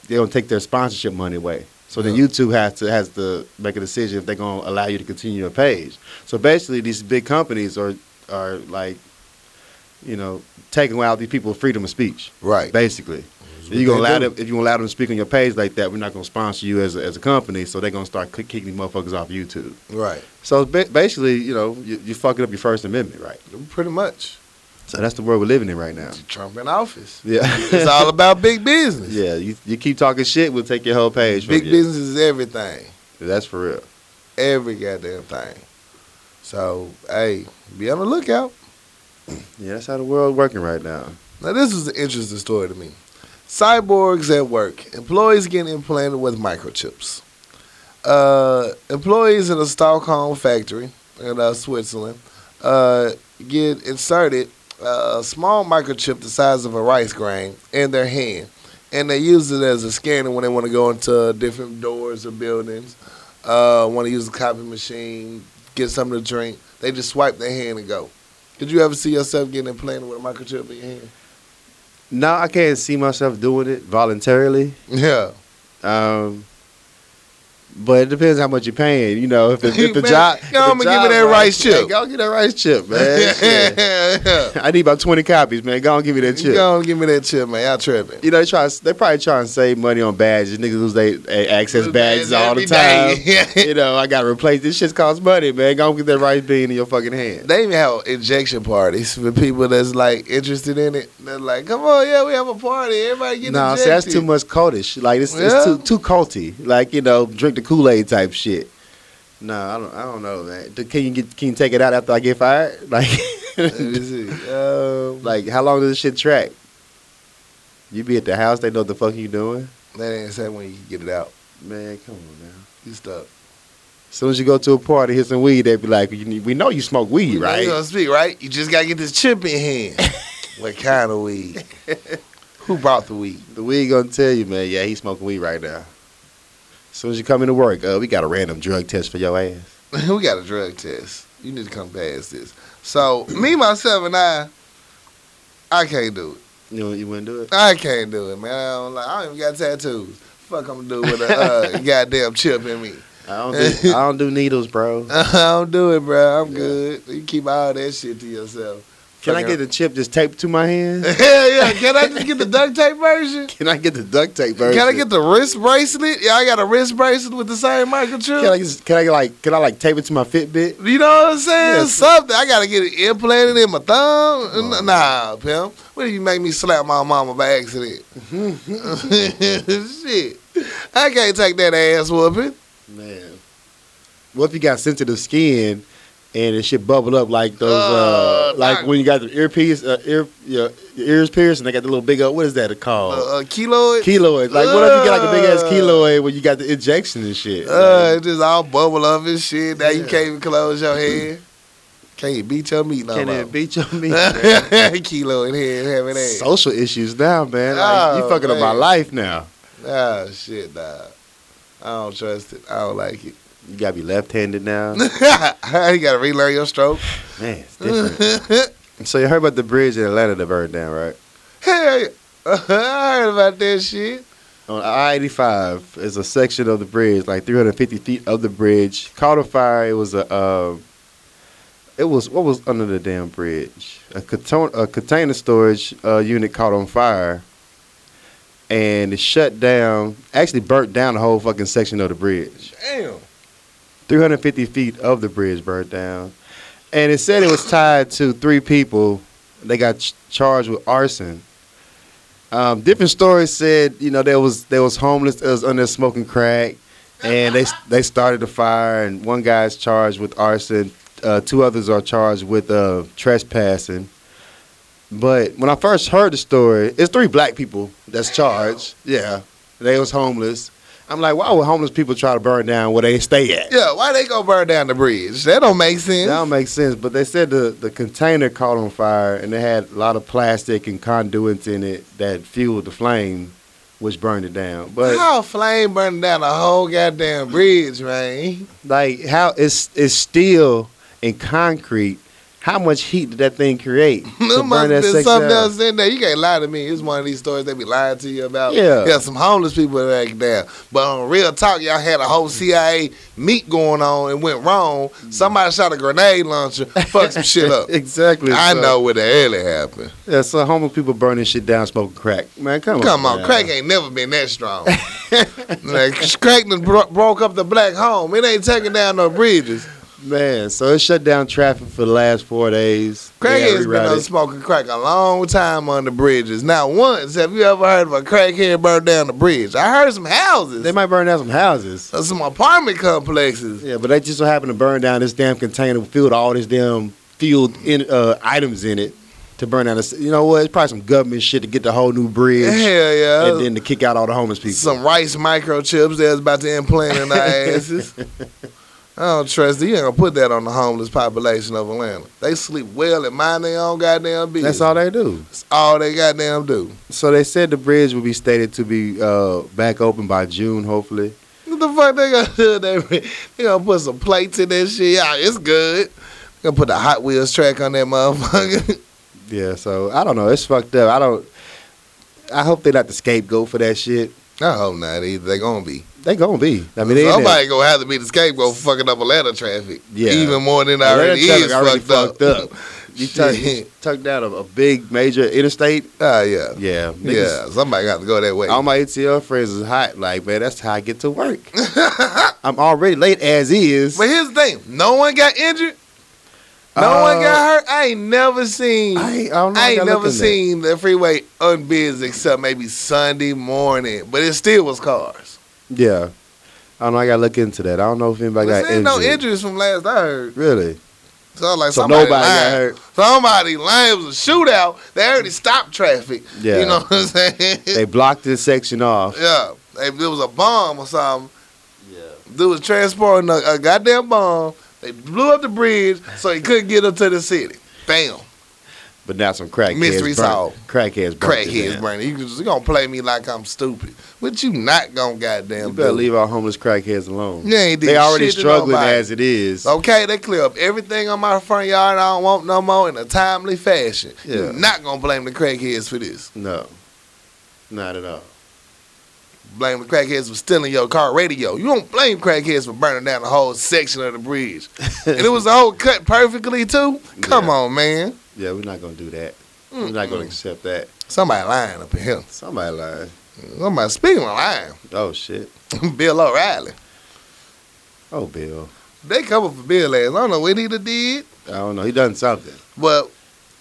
they don't take their sponsorship money away. So then
Yeah.
YouTube has to has to make a decision if they're going to allow you to continue your page. So basically, these big companies are are like you know taking out these people's freedom of speech.
Right.
Basically, if
what
you gonna
they
allow
do.
them if you gonna allow them to speak on your page like that, we're not gonna sponsor you as a, as a company. So they're gonna start kick- kicking these motherfuckers off YouTube.
Right.
So ba- basically, you know, you, you're fucking up your First Amendment, right?
Pretty much.
So that's the world we're living in right now.
Trump in office.
Yeah,
It's all about big business.
yeah. You, you keep talking shit, we'll take your whole page. from
Big
you.
business is everything.
That's for real.
Every goddamn thing. So, hey, be on the lookout.
Yeah, that's how the world working right now.
Now, this is an interesting story to me. Cyborgs at work. Employees getting implanted with microchips. Uh, employees in a Stockholm factory in uh, Switzerland uh, get inserted uh, a small microchip the size of a rice grain in their hand, and they use it as a scanner when they want to go into different doors or buildings. Uh, want to use a copy machine, get something to drink. They just swipe their hand and go. Did you ever see yourself getting implanted with a microchip in your hand?
Now I can't see myself doing it voluntarily.
Yeah.
Um, but it depends how much you're paying. You know, if, it, if the
Man,
job,
go on and give
if the
me
job
that rice
right,
chip.
hey, go get that rice chip, man. Shit.
yeah.
I need about twenty copies, man. Go on, give me that
You
chip.
gonna give me that chip, man. I tripping.
You know, they try. They probably try and save money on badges. Niggas lose they, they access
Lose
badges
badges
all the
every
time.
day.
you know, I got to replace this. Shit costs money, man. Go get that rice bean in your fucking hand.
They even have injection parties for people that's like interested in it. They're like, come on, yeah, we have a party. Everybody get
Nah, see,
injected.
that's too much cultish. Like it's,
Yeah.
it's too too culty. Like you know, drink the Kool Aid type shit. No, I don't. I don't know, man. Can you get? Can you take it out after I get fired? Like,
Let me see. Um,
Like, how long does this shit track? You be at the house, they know what the fuck you doing.
they didn't say when you can get it out.
Man, come on now.
You stuck.
As soon as you go to a party, hit some weed, they be like, you need, we know you smoke weed,
You know
right?
You gonna speak right? You just gotta get this chip in hand. what kind of weed? Who brought the weed?
The weed gonna tell you, man, yeah, he's smoking weed right now. As soon as you come into work, uh, we got a random drug test for your ass.
we got a drug test. You need to come past this. So me, myself, and I, I can't do it.
You know, you wouldn't do it?
I can't do it, man. I don't, like, I don't even got tattoos. Fuck, I'm gonna do with a uh, goddamn chip in me.
I don't do, I don't do needles, bro.
I don't do it, bro. I'm
Yeah.
good. You keep all that shit to yourself.
Can I get the chip just taped to my hand?
Hell yeah! Can I just get the duct tape version?
Can I get the duct tape version?
Can I get the wrist bracelet? Yeah, I got a wrist bracelet with the same microchip.
Can I, just, can I like can I like tape it to my Fitbit?
You know what I'm saying?
Yes.
Something. I gotta get it implanted in my thumb. N- Nah, pimp. What if you make me slap my mama by accident? Shit. I can't take that ass whooping.
Man, what if you got sensitive skin and it shit bubble up like those, uh,
Uh,
like
doc-
when you got the earpiece, uh, ear, your, your ears pierced, and they got the little big, uh, what is that called?
Uh, a keloid.
keloid. Like, what if you got like a big ass
Ugh.
keloid when you got the injection and shit?
uh,
Like,
it just all bubble up and shit. Now you
Yeah.
can't even close your head. Can't you beat your meat no
can
more.
it beat your meat?
keloid head, having that.
Social issues now, man. Like,
Oh,
you fucking up my
man.
life now.
ah, shit, nah. I don't trust it. I don't like it. Ah,
You gotta be left handed now.
you gotta relearn your stroke.
man, it's different. so you heard about the bridge in Atlanta that burned down, right?
Hey, I heard about that shit.
on I eighty five is a section of the bridge, like three hundred fifty feet of the bridge, caught a fire. It was a uh, um, It was what was under the damn bridge. A, contain- a container storage uh, unit caught on fire, and it shut down. Actually, burnt down the whole fucking section of the bridge.
Damn.
350 feet of the bridge burned down, and it said it was tied to three people. They got ch- charged with arson. Um, different stories said you know they was they was homeless, they was under smoking crack, and they they started the fire. And one guy's charged with arson. Uh, two others are charged with uh, trespassing. But when I first heard the story, it's three black people that's charged. Yeah, they was homeless. I'm like, why would homeless people try to burn down where they stay at?
Yeah, why they gonna burn down the bridge? That don't make sense.
That don't make sense. But they said the, the container caught on fire and it had a lot of plastic and conduits in it that fueled the flame, which burned it down. But
How a flame burning down a whole goddamn bridge, man?
like how it's it's steel and concrete. How much heat did that thing create? to
There must
burn that
have been
section
something
up?
else in there. You can't lie to me. It's one of these stories they be lying to you about.
Yeah.
yeah. Some homeless people that act down, but on real talk, y'all had a whole CIA meet going on and went wrong. Somebody shot a grenade launcher, fucked some shit up.
exactly.
I
so-
know what the hell it happened.
Yeah, so homeless people burning shit down, smoking crack. Man, come on.
Come on,
man.
crack ain't never been that strong. like, crack done bro- broke up the black home. It ain't taking down no bridges.
Man, so it shut down traffic for the last four days.
Crackheads
They
has been
rerouted.
on smoking crack a long time on the bridges. Not once have you ever heard of a crackhead burn down the bridge. I heard some houses,
They might burn down some houses.
uh, some apartment complexes.
Yeah, but they just so happened to burn down this damn container filled all this damn field in, uh, items in it to burn down. This, you know what? It's probably some government shit to get the whole new bridge
Hell yeah.
and then to kick out all the homeless people.
some rice microchips they was about to implant in our asses. I don't trust it. You ain't gonna put that on the homeless population of Atlanta. They sleep well and mind their own goddamn business.
That's all they do.
That's all they goddamn do.
So they said the bridge will be stated to be uh, back open by June, hopefully.
What the fuck they gonna do? They, they gonna put some plates in that shit. Yeah, it's good. They gonna put the Hot Wheels track on that motherfucker.
Yeah, so I don't know. It's fucked up. I don't. I hope they're not the scapegoat for that shit.
I hope not either. They gonna be.
They gonna be. I mean, they in there.
Somebody gonna have to be the scapegoat for fucking up Atlanta traffic.
Yeah.
Even more than it
Atlanta
already
traffic
is
already
fucked, up.
You tuck, tuck down a, a big major interstate.
Ah, yeah.
Yeah, niggas-
Yeah, somebody got to go that way.
All my ATL friends is hot. Like, man, that's how I get to work. I'm already late as is.
But here's the thing: no one got injured, no one
Uh,
got hurt. I ain't never seen.
I
I,
ain't, I don't know. I
ain't
gotta
never
look in there.
seen the freeway unbusy except maybe Sunday morning, but it still was cars.
Yeah, I don't know. I gotta look into that. I don't know if
But
anybody got
there ain't no
injured.
injuries from last I heard.
Really?
So I was like
So
somebody
nobody got
lying.
hurt.
Somebody lying. It was a shootout. They already stopped traffic.
Yeah.
you know what I'm saying.
They blocked this section off.
yeah, They- there was a bomb or something.
Yeah.
Dude was transporting a, a goddamn bomb. They blew up the bridge so he couldn't get up to the city. Bam.
But now some crackheads.
Mystery
burnt-
solved.
Crackheads. burnt it
Crackheads,
down.
Brandon. You just you gonna play me like I'm stupid. But you not gonna goddamn
You better
do.
leave our homeless crackheads alone.
You ain't did
They already
shit to
struggling
nobody. Oh.
as it is.
Okay, they clear up everything on my front yard I don't want no more in a timely fashion.
Yeah.
You're not gonna blame the crackheads for this.
No, not at all.
Blame the crackheads for stealing your car radio. You don't blame crackheads for burning down the whole section of the bridge. and it was all cut perfectly too. Come
Yeah.
on, man.
Yeah, we're not gonna do that. We're not gonna accept that.
Somebody lying up in here.
Somebody lying.
Somebody speaking of lying.
Oh shit.
Bill O'Reilly.
Oh Bill.
They cover for Bill ass. I don't know what he done did,
I don't know. He done something.
but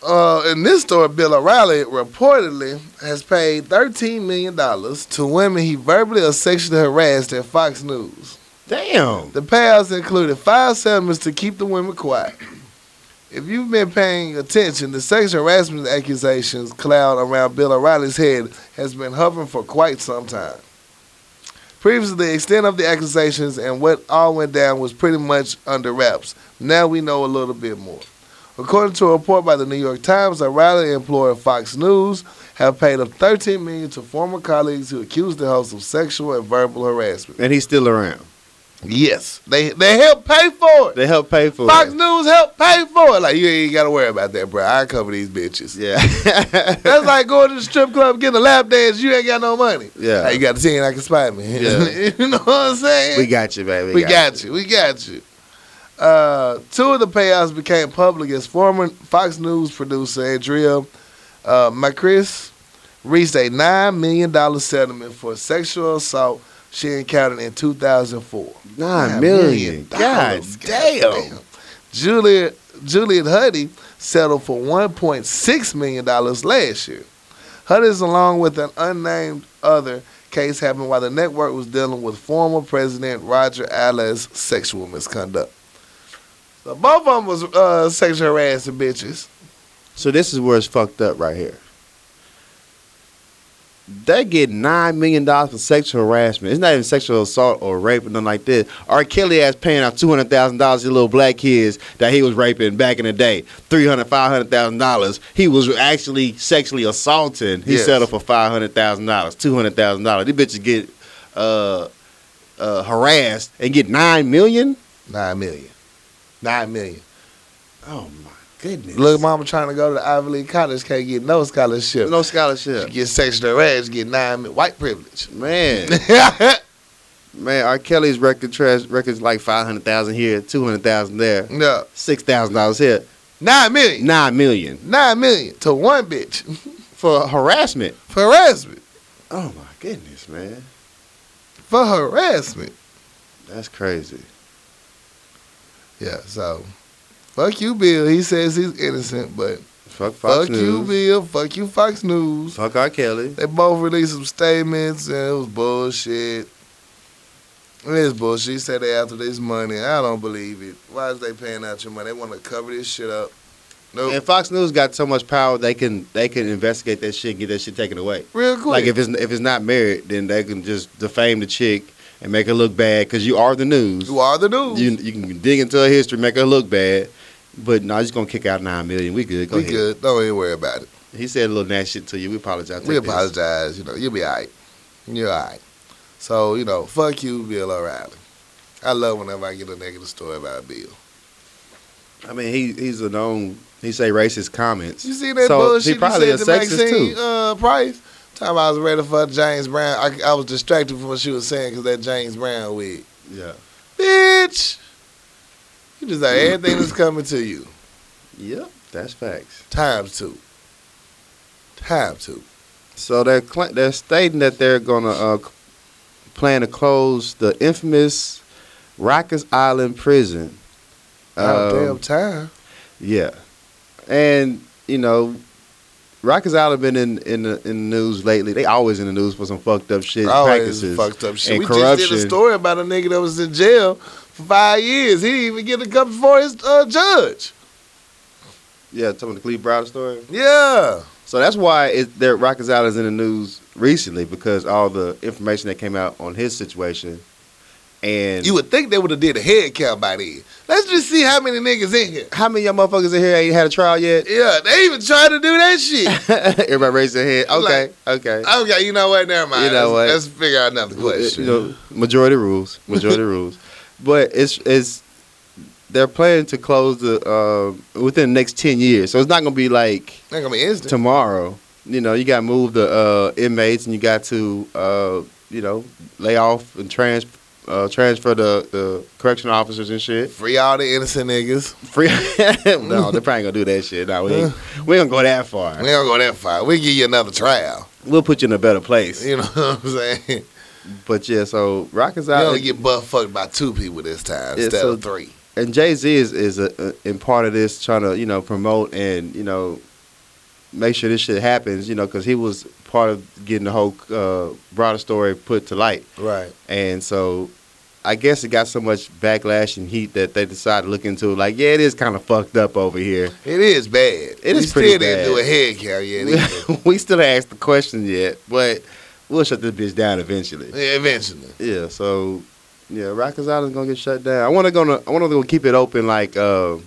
uh, in this story, Bill O'Reilly reportedly has paid $13 million to women he verbally or sexually harassed at Fox News.
Damn.
The payouts included five settlements to keep the women quiet. If you've been paying attention, the sexual harassment accusations cloud around Bill O'Reilly's head has been hovering for quite some time. Previously, the extent of the accusations and what all went down was pretty much under wraps. Now we know a little bit more. According to a report by the New York Times, O'Reilly employer Fox News have paid up 13 million to former colleagues who accused the host of sexual and verbal harassment.
And he's still around.
Yes, they they help pay for it.
They helped pay for
Fox
it.
News help pay for it. Like you ain't gotta worry about that, bro. I cover these bitches.
Yeah.
That's like going to the strip club getting a lap dance. You ain't got no money.
Yeah.
Like, you got the team I can spy me.
Yeah.
you know what I'm saying?
we got you, baby.
We got you. We got you. Uh, two of the payouts became public as former Fox News producer Andrea uh, Macris reached a $9 million settlement for sexual assault she encountered in 2004.
Nine million. God
dollars.
damn.
Julia Julian Huddy settled for one point six million dollars last year. Huddy's, along with an unnamed other case, happened while the network was dealing with former President Roger Allen's sexual misconduct. So both of them was uh, sexual harassing bitches.
So this is where it's fucked up right here. They get nine million dollars for sexual harassment. It's not even sexual assault or rape or nothing like this. R. Kelly ass paying out two hundred thousand dollars to little black kids that he was raping back in the day. Three hundred, five hundred thousand dollars. He was actually sexually assaulting. He
Yes.
settled for five hundred thousand dollars, two hundred thousand dollars. These bitches get uh, uh, harassed and get nine million.
Nine million. Nine million.
Oh my goodness!
Little mama trying to go to the Ivy League college can't get no scholarship.
no scholarship,
She Get sexual harassed, get nine mil- white privilege.
man. Man, R. Kelly's record trash records like five hundred thousand here, two hundred thousand there,
no,
six thousand dollars here,
nine million.
nine million
nine million to one bitch
for harassment.
for harassment.
Oh my goodness, man,
For harassment.
that's crazy.
Yeah, so fuck you, Bill. He says he's innocent, but
Fuck Fox
fuck you,
News.
Bill. Fuck you, Fox News.
Fuck R. Kelly.
They both released some statements and it was bullshit. It is bullshit. He said they after this money. I don't believe it. Why is they paying out your money? They want to cover this shit up. Nope.
And Fox News got so much power they can they can investigate that shit, and get that shit taken away.
Real quick.
Like if it's if it's not married, then they can just defame the chick and make her look bad because you are the news.
you are the news.
You you can dig into her history, make her look bad. But no, just gonna kick out nine million. We good. Go
we
ahead.
good. Don't even worry about it.
He said a little nasty shit to you. We apologize.
we
Take this.
apologize. You know, you'll be all right. You're all right. So, you know, fuck you, Bill O'Reilly. I love whenever I get a negative story about Bill.
I mean, he he's a known. He say racist comments.
You see that
So,
bullshit
He probably
you
a
said to
sexist
Maxine
too.
Uh, Price? Time I was ready for James Brown. I, I was distracted from what she was saying because that James Brown wig.
Yeah.
Bitch! You deserve everything that's coming to you.
Yep. That's facts.
Times two. Times two.
So they're cla they're stating that they're gonna uh, c- plan to close the infamous Rikers Island prison.
Out
Um,
damn time.
Yeah, and you know, Rikers Island been in in the, in the news lately. They always in the news for some fucked up shit,
always
practices,
fucked up shit.
and
we just did a
corruption.
story about a nigga that was in jail for five years. He didn't even get to come before his uh, judge.
Yeah, talking about the Cleve Browder story.
Yeah.
So that's why it, their Rockets Island is in the news recently because all the information that came out on his situation, and
You would think they would have did a head count by then. Let's just see how many niggas in here.
how many of y'all motherfuckers in here ain't had a trial yet?
Yeah, they even tried to do that shit.
Everybody raised their hand. Okay, okay.
okay, you know what? Never mind.
You know
let's,
what?
let's figure out another question.
You know, majority rules, majority rules. But it's it's they're planning to close the uh, within the next ten years, so it's not gonna be like
Not gonna be instant.
tomorrow. You know, you got to move the uh, inmates, and you got to uh, you know lay off and trans uh, transfer the, the correction officers and shit.
Free all the innocent niggas.
Free? no, they probably ain't gonna do that shit. No, we ain't, we ain't gonna go that far.
We don't go that far. We give you another trial.
We'll put you in a better place.
You know what I'm saying?
But yeah, so Rockets
You only
Island
get butt fucked by two people this time
Yeah,
instead
so-
of three.
and Jay Z is is a, a, in part of this trying to you know promote and you know make sure this shit happens. You know, because he was part of getting the whole uh, broader story put to light.
Right.
And so I guess it got so much backlash and heat that they decided to look into it like, yeah, it is kind of fucked up over here.
It is bad. It
It
we
is pretty
still didn't
bad.
do a head count yet. either.
we still haven't asked the question yet, but we'll shut this bitch down eventually.
Yeah, Eventually.
Yeah, so yeah, Rockers Island's gonna get shut down. I wanna gonna I wanna go keep it open like uh,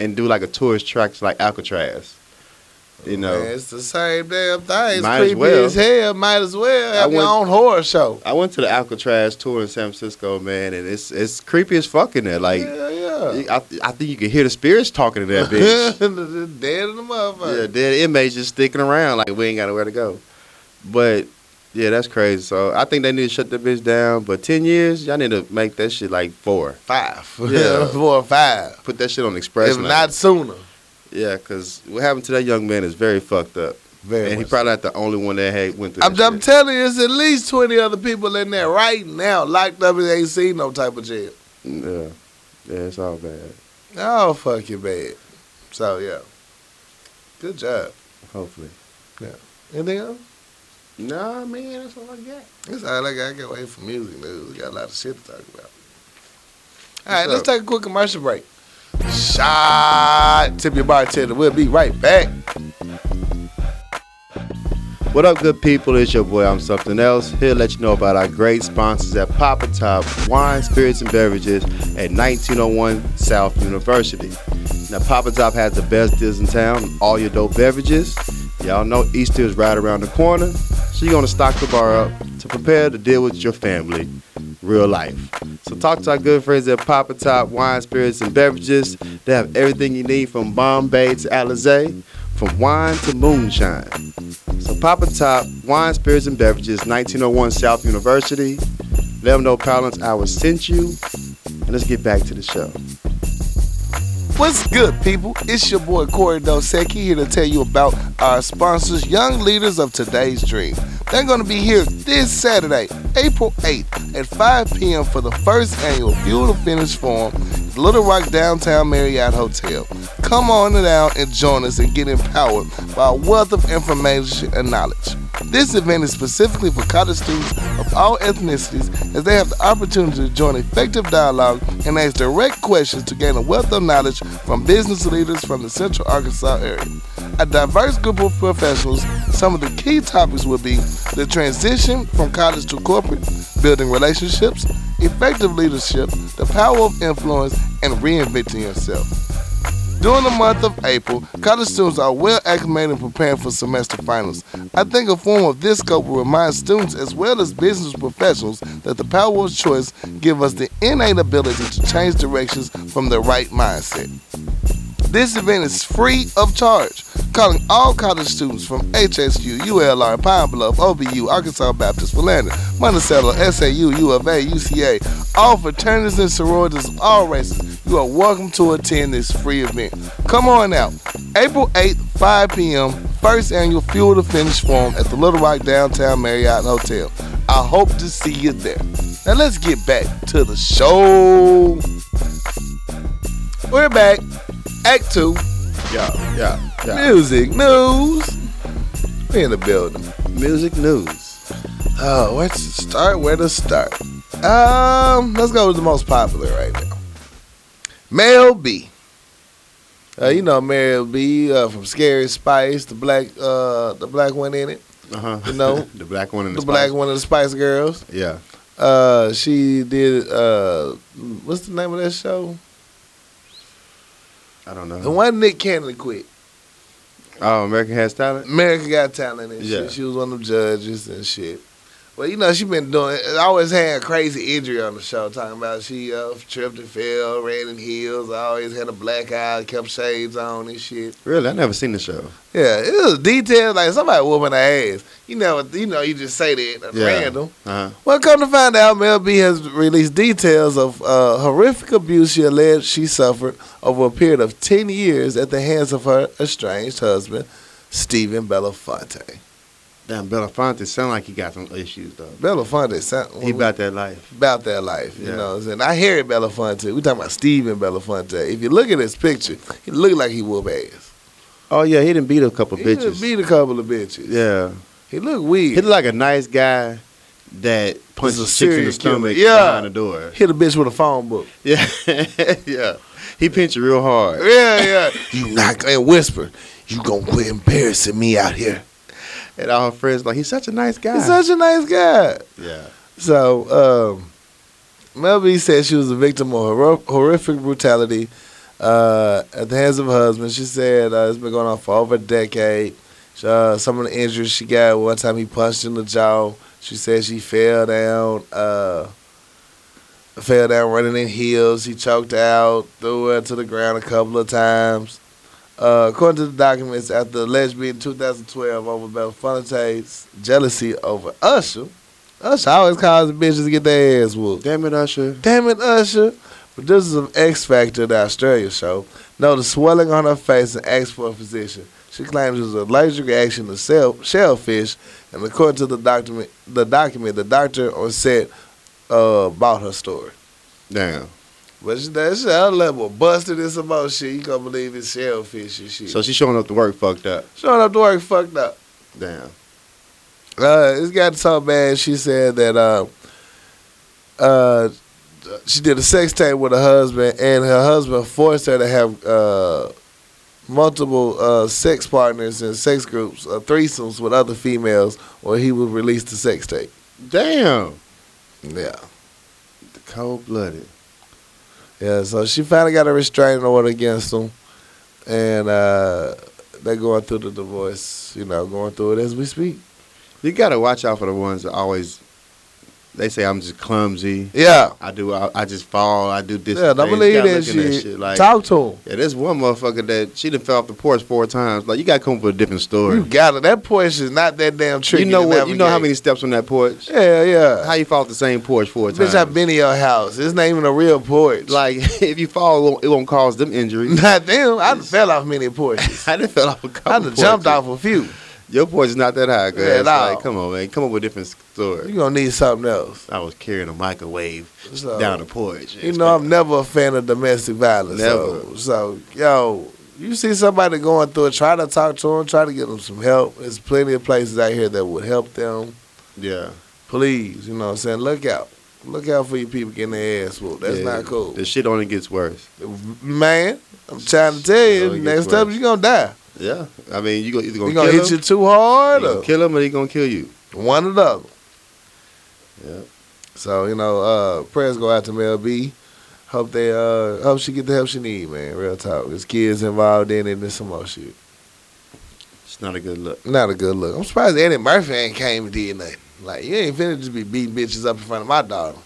and do like a tourist track like Alcatraz. You know.
Oh, Man, it's the same damn thing. It's
Might as
creepy as,
well.
hell. Might as well have
I
your
went-
own horror show.
I went to the Alcatraz tour in San Francisco, man, and it's it's creepy as fuck in there. Like
yeah, yeah.
I, I think you can hear the spirits talking to that bitch.
Dead in the
Yeah,
motherfucker.
dead inmates just sticking around like we ain't got nowhere to go. But Yeah, that's crazy. So I think they need to shut that bitch down. But ten years, y'all need to make that shit like four.
Five.
Yeah.
Four or five.
Put that shit on express.
if
lane.
not sooner.
yeah, because what happened to that young man is very fucked up,
Very
and he
much.
probably not the only one that had went through.
I'm,
that
I'm
shit.
telling you, it's at least 20 other people in there right now locked up and they ain't seen no type of jail.
yeah, yeah, it's all bad.
Oh, fuck your bad. So, yeah. Good job.
Hopefully.
Anything else?
Nah, man, that's all I got.
That's all I got. I can't wait for music news. We got a lot of shit to talk about. All
What's
right, let's
up?
take a quick commercial break. Shot. Tip your bartender. We'll be right back.
What up, good people? It's your boy, I'm Something Else. Here to let you know about our great sponsors at Papa Top Wine, Spirits, and Beverages at 1901 South University. Now, Papa Top has the best deals in town, on all your dope beverages. Y'all know Easter is right around the corner, so you're going to stock the bar up to prepare to deal with your family, real life. So, talk to our good friends at Papa Top Wine, Spirits, and Beverages. They have everything you need from Bombay to Alizé, from wine to moonshine. So Papa Top, Wine, Spirits, and Beverages, 1901 South University. Let them know Paladins I was sent you. And let's get back to the show.
What's good, people? It's your boy Corey Dosecki here to tell you about our sponsors, Young Leaders of Today's Dream. They're going to be here this Saturday, April 8th at 5 p.m. for the first annual Fuel to Finish Forum, Little Rock Downtown Marriott Hotel. Come on and out and join us and get empowered by a wealth of information and knowledge. This event is specifically for college students of all ethnicities as they have the opportunity to join effective dialogue and ask direct questions to gain a wealth of knowledge from business leaders from the Central Arkansas area. A diverse group of professionals, some of the key topics will be the transition from college to corporate, building relationships, effective leadership, the power of influence, and reinventing yourself. During the month of April, college students are well acclimated and preparing for semester finals. I think a form of this scope will remind students as well as business professionals that the power of choice give us the innate ability to change directions from the right mindset. This event is free of charge. Calling all college students from HSU, ULR, Pine Bluff, OBU, Arkansas Baptist, Philander, Monticello, SAU, U of A, UCA, all fraternities and sororities of all races. You are welcome to attend this free event. Come on out. April 8th, 5 p.m., first annual Fuel to Finish Forum at the Little Rock Downtown Marriott Hotel. I hope to see you there. Now let's get back to the show. We're back. Act 2.
Yeah, yeah,
Music news. We in the building.
Music news.
Oh, where to start? Where to start? Um, let's go with the most popular right now. Mel B. Uh, you know Mel B uh, from Scary Spice, the black uh, the black one in it,
Uh-huh.
You know,
the black one in
the,
the,
black
spice.
one of the Spice Girls.
Yeah.
Uh, she did uh, what's the name of that show?
Mm-hmm. I don't know.
The one Nick Cannon quit.
Oh, American Has Talent?
America Got Talent and
Yeah.
shit. She was one of the judges and shit. Well, you know, she been doing. I always had crazy injury on the show, talking about she uh, tripped and fell, ran in heels. I always had a black eye, kept shades on and shit.
Really? I never seen the show.
Yeah, it was detailed like somebody whooping her ass. You know, you know, you just say that at
Yeah.
random.
Uh-huh.
Well, come to find out, Mel B has released details of uh, horrific abuse she alleged she suffered over a period of 10 years at the hands of her estranged husband, Stephen Belafonte.
Damn, Belafonte sound like he got some issues, though.
Belafonte sound
He about that life.
about that life, you
Yeah.
know. What I'm saying I Harry Belafonte. We talking about Stephen Belafonte. If you look at his picture, he look like he whoop ass.
Oh, yeah, he didn't beat a couple
He
bitches.
just beat a couple of bitches.
yeah.
he look weird.
He looked like a nice guy that punches
a
chicks in
serial
the stomach
killer. Yeah.
behind the door.
Hit a bitch with a phone book.
Yeah, yeah. He pinched you real hard.
Yeah, yeah. you not and whisper. You gonna quit embarrassing me out here?
And all her friends like, he's such a nice guy.
He's such a nice guy.
yeah.
So, um, Mel B said she was a victim of hor- horrific brutality uh, at the hands of her husband. She said uh, it's been going on for over a decade. Uh, some of the injuries she got, one time he punched in the jaw. She said she fell down, uh, fell down running in heels. He choked her out, threw her to the ground a couple of times. Uh, according to the documents, after alleged being 2012 over Belfonte's jealousy over Usher, Usher always causes bitches to get their ass whooped.
Damn it, Usher.
Damn it, Usher. Producers of X Factor, the Australia show, noticed swelling on her face and asked for a physician. She claims it was an allergic reaction to shell, shellfish, and according to the document, the document, the doctor on set uh, bought her story.
Damn.
But she, that shit, her level busted and some more shit. You can't believe it's shellfish and shit.
So she's showing up to work fucked up.
Showing up to work fucked up.
Damn.
Uh, it's gotten so bad. She said that uh, uh, she did a sex tape with her husband, and her husband forced her to have uh, multiple uh, sex partners and sex groups, uh, threesomes with other females, or he would release the sex tape.
Damn.
Yeah,
Cold blooded.
yeah. So she finally got a restraining order against him, and uh, they're going through the divorce. You know, going through it as we speak.
You gotta watch out for the ones that always. They say I'm just clumsy.
Yeah,
I do. I, I just fall. I do this.
yeah.
and
Don't
things. You
believe
gotta
that
look in
shit.
Like,
Talk to him.
yeah, there's one motherfucker that she done fell off the porch four times. Like you gotta come up with a different
You
story.
got it. That Porsche is not that damn
You,
tricky.
know
to
what? You know how many
navigate.
steps on that porch?
Yeah, yeah.
How you fall off the same porch four times?
Bitch, I've been in your house. It's not even a real porch. Like,
Like if you fall, it won't, it won't cause them injuries.
not them. I done fell off many porches.
I done fell off a couple.
I done jumped
porches.
off a few.
Your porch is not that high, girl.
Yeah,
It's
no.
like, come on, man. Come up with a different
You
story.
gonna need something else.
I was carrying a microwave
So,
down the porch.
You know, I'm never a fan of domestic violence. So,
Never.
so, yo, you see somebody going through it, try to talk to them, try to get them some help. There's plenty of places out here that would help them.
Yeah.
Please, you know what I'm saying? Look out. Look out for your people getting their ass whooped. That's
Yeah.
not cool.
The shit only gets worse.
Man, I'm trying to tell
It
you,
only gets
next up
worse.
you gonna die.
Yeah. I mean, you go, either
You
gonna,
gonna
kill
hit
him,
you too hard
you
or
gonna kill him, or he gonna kill you.
one or the other.
Yeah.
So you know, uh, prayers go out to Mel B. Hope they uh, hope she get the help she need, man. Real talk. There's kids involved in it and some more shit.
It's not a good look.
Not a good look. I'm surprised Eddie Murphy ain't came and did nothing. Like you ain't finna just be beating bitches up in front of my daughter.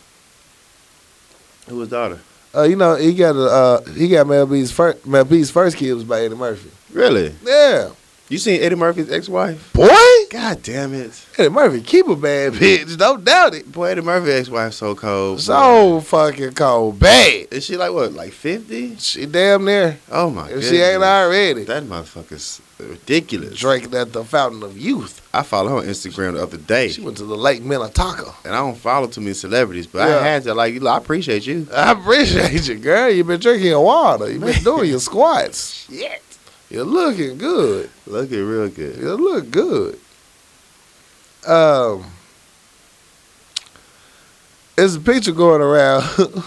Who was daughter?
Uh, you know he got a uh, he got Mel B's first Mel B's first kid was by Eddie Murphy.
Really?
Yeah,
You seen Eddie Murphy's ex-wife?
boy.
God damn it.
Eddie Murphy keep a bad bitch. Don't doubt it.
Boy, Eddie Murphy's ex-wife so cold.
So fucking cold, bad.
Is she like what, like 50?
She damn near.
Oh my god.
If she ain't already.
That motherfucker's ridiculous.
Drinking at the fountain of youth.
I followed her on Instagram the other day.
She went to the Lake Minnetonka.
and I don't follow too many celebrities, but
Yeah.
I had to like, I appreciate you.
I appreciate you, girl. you been drinking your water. you been doing your squats.
Shit,
You're looking good.
looking real good.
You look good. Um, there's a picture going around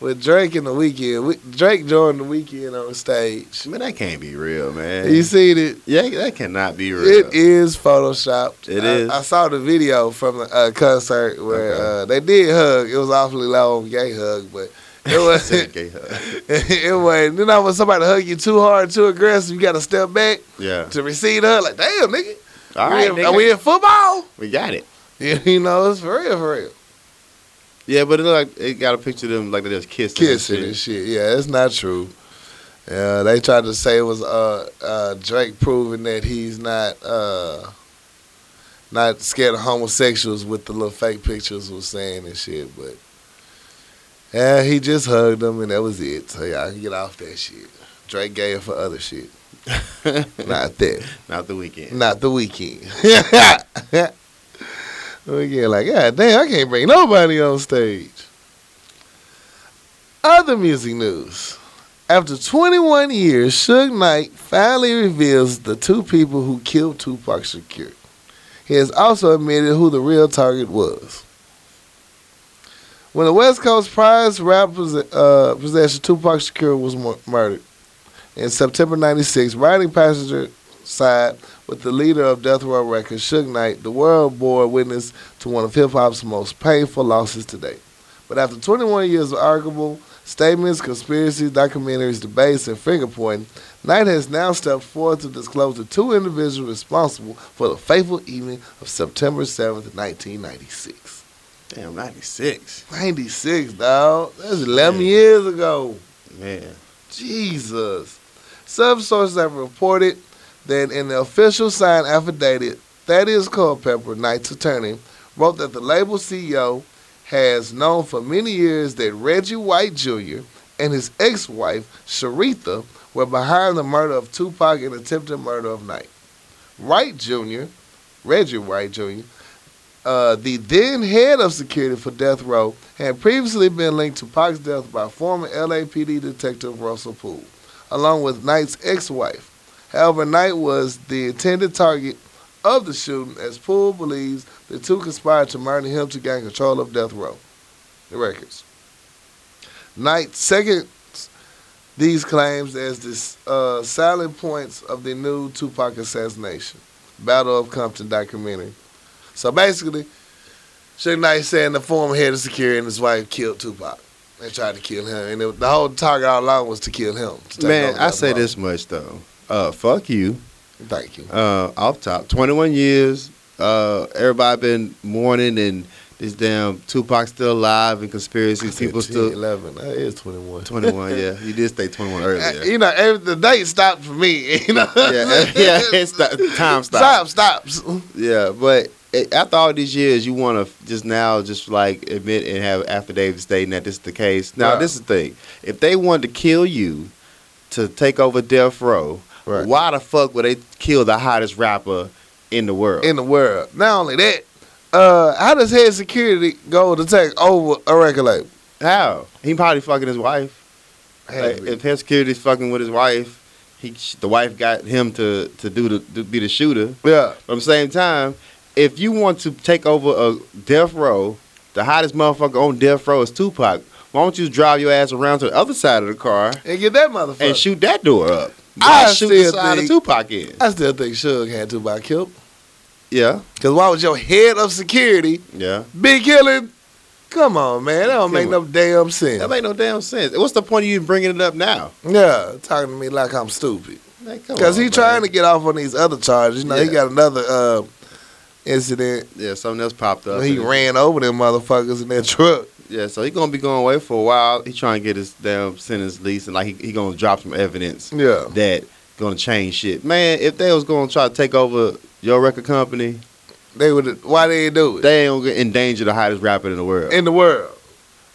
with Drake in the weekend. We- Drake joined the weekend on stage.
Man, that can't be real, man.
You seen it?
yeah, that cannot be real.
It is photoshopped.
It
I,
is.
I saw the video from the uh, concert where
Okay.
uh, they did hug. It was awfully long gay hug, but it was
It's a gay hug.
it was. You know when somebody hug you too hard, too aggressive, you got to step back
yeah.
to receive the hug. Like damn, nigga,
All
we
right,
in,
nigga.
are we in football?
We got it.
You know, it's for real, for real.
Yeah, but it look like it got a picture of them like they just kissing. and
Kissing
shit.
and shit. Yeah, it's not true. Yeah, they tried to say it was uh, uh, Drake proving that he's not uh, not scared of homosexuals with the little fake pictures was saying and shit, but yeah, he just hugged them and that was it. So y'all can get off that shit. Drake gave for other shit, not that,
Not the weekend.
not the weekend. we get like, God damn, I can't bring nobody on stage. Other music news. After 21 years, Suge Knight finally reveals the two people who killed Tupac Shakur. He has also admitted who the real target was. When the West Coast prize rap pose- uh, possession Tupac Shakur was mu- murdered in September 96, riding passenger side with the leader of Death Row Records, Suge Knight, the world bore witness to one of hip hop's most painful losses to date. But after 21 years of arguable statements, conspiracies, documentaries, debates, and finger pointing, Knight has now stepped forward to disclose the two individuals responsible for the fateful evening of September 7th, 1996.
Damn, ninety six.
96, dog. That's 11
Yeah.
years ago.
Man,
Jesus. Some sources have reported that in the official signed affidavit, Thaddeus Culpepper, Knight's attorney, wrote that the label CEO has known for many years that Reggie White Jr. and his ex-wife, Sharitha, were behind the murder of Tupac and attempted murder of Knight. White Jr., Reggie White Jr., uh, the then head of security for death row, had previously been linked to Pac's death by former LAPD detective Russell Poole, along with Knight's ex wife. However, Knight was the intended target of the shooting, as Poole believes the two conspired to murder him to gain control of death row. The records. Knight seconds these claims as the uh, silent points of the new Tupac assassination, Battle of Compton documentary. So basically, Suge Knight saying the former head of security and his wife killed Tupac. They tried to kill him, and it, the whole target all along was to kill him. to take
Man,
over
I
that
say
block.
this much though. Uh, fuck you.
Thank you.
Uh, off top, 21 years. Uh, everybody been mourning and this damn Tupac still alive and conspiracy. People still
11. That is 21.
21. Yeah, you did stay 21
Uh,
earlier.
You know, every, the date stopped for me. You know,
yeah, yeah. It's the, time stopped.
Stop, stops.
Yeah, but a- after all these years, you want to just now just like admit and have affidavits stating that this is the case. Now,
Right.
this is the thing: if they wanted to kill you to take over death row,
Right.
why the fuck would they kill the hottest rapper in the world?
in the world. Not only that, uh, how does head security go to take over a record label?
How he probably fucking his wife. Like,
Hey,
if his security's fucking with his wife, he the wife got him to to do the to be the shooter.
yeah,
But at the same time, if you want to take over a death row, the hottest motherfucker on death row is Tupac. Why don't you drive your ass around to the other side of the car
and get that motherfucker.
and shoot that door up?
I
Why shoot the
still
side
think-
of Tupac in?
I still think Suge had to by killed.
Yeah,
Cause why would your head of security
yeah.
be killing? Come on, man, that don't make no damn
That
sense.
make no damn sense. What's the point of you bringing it up now?
Yeah, talking to me like I'm stupid.
Like, come
Cause
on,
he
man.
trying to get off on these other charges. You know, he
Yeah.
got another uh, incident.
Yeah, something else popped up.
When he ran over them motherfuckers in that truck.
Yeah, so he gonna be going away for a while. He trying to get his damn sentence leased, and like he, he gonna drop some evidence.
Yeah,
that gonna change shit. Man, if they was gonna try to take over your record company,
they would. Why they didn't do it
they ain't gonna endanger the hottest rapper in the world.
in the world?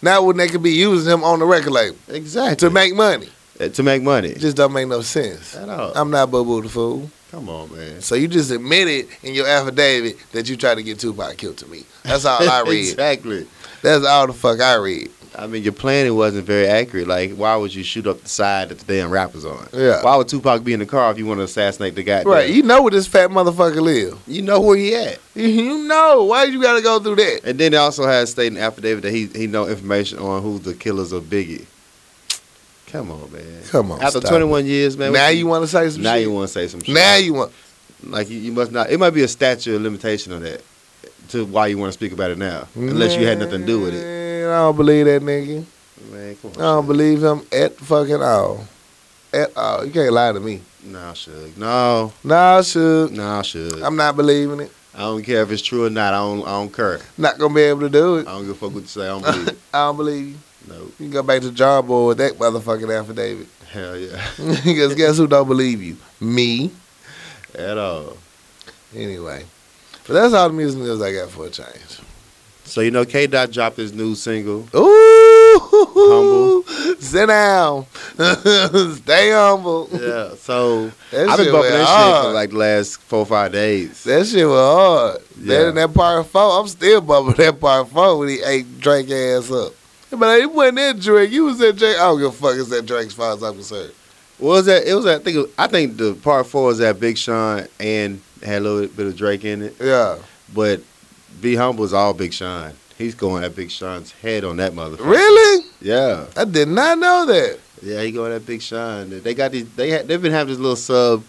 Now when they could be using him on the record label
exactly.
to make money,
Uh, to make money.
it just don't make no sense.
At all.
I'm not Boo Boo the fool.
Come on, man.
So you just admitted in your affidavit that you tried to get Tupac killed to me. That's all I read.
exactly.
That's all the fuck I read.
I mean, your planning wasn't very accurate. Like, why would you shoot up the side that the damn rapper's on?
Yeah.
Why would Tupac be in the car if you want to assassinate the guy?
Right. You know where this fat motherfucker live.
You know where he at.
You know. Why you gotta go through that?
And then it also has stated in the affidavit that he he know information on who the killers of Biggie. Come on, man.
Come on,
After
stop
21 years, man.
now
what
you wanna say some
now
shit?
you want to say some shit.
now you want
Like you, you must not. It might be a statute of limitation on that to why you want to speak about it now, unless you had nothing to do with it.
Man, I don't believe that nigga.
Man, come on.
I don't
Suge.
believe him at fucking all. At all. You can't lie to me.
Nah, Suge. No,
Nah, should.
nah, Suge.
I'm not believing it.
I don't care if it's true or not. I don't. I don't care.
Not gonna be able to do
I
it.
don't give a fuck what you say. I don't believe. it.
I don't believe you.
No,
You can go back to the job board with that motherfucking affidavit.
hell yeah,
Because guess who don't believe you? Me.
at all.
Anyway. But that's all the music news I got for a change.
So you know, K Dot dropped his new single.
Ooh. Sit down. Stay humble.
Yeah. So
That
I've been
shit
bumping
went
that shit for
hard.
like the last four or five days.
That shit was hard. That
Yeah.
and that part four. I'm still bumping that part four when he ate Drake ass up. But it wasn't that Drake. You was that Drake. I don't give a fuck. It's that Drake as far as I'm concerned.
What was that? It was. that- I think. it was- I think the part four was that Big Sean and had a little bit of Drake in it.
Yeah.
But Be Humble is all Big Sean. He's going at Big Sean's head on that motherfucker.
Really?
Yeah.
I did not know that.
Yeah, he going at Big Sean. They got these they ha- they've been having these little sub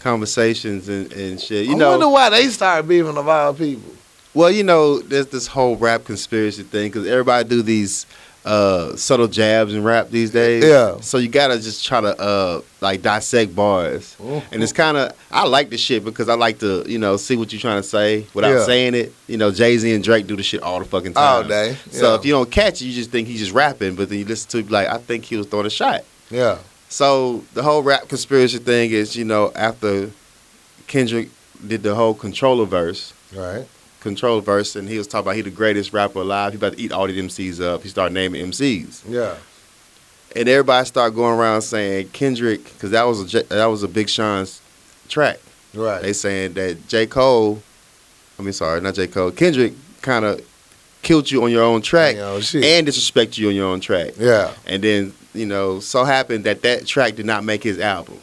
conversations and, and shit. You
I
know
wonder why they started beefing of all people.
Well, you know, there's this whole rap conspiracy thing because everybody do these uh, subtle jabs in rap these days.
Yeah.
So you gotta just try to uh, like dissect bars,
Mm-hmm.
and it's kind of I like the shit because I like to you know see what you're trying to say without
Yeah. Oh,
saying it. You know, Jay Z and Drake do the shit all the fucking time.
All day.
So
Yeah.
if you don't catch it, you just think he's just rapping, but then you listen to it, be like I think he was throwing a shot.
Yeah.
So the whole rap conspiracy thing is, you know, after Kendrick did the whole controller verse,
Right.
control verse, and he was talking about he the greatest rapper alive. He about to eat all these MCs up. He started naming MCs,
Yeah.
and everybody started going around saying Kendrick, because that was a J- that was a Big Sean's track.
Right.
They saying that J Cole, I mean, sorry, not J Cole, Kendrick kind of killed you on your own track
Yeah, oh, shit.
and disrespect you on your own track.
yeah.
And then, you know, so happened that that track did not make his album.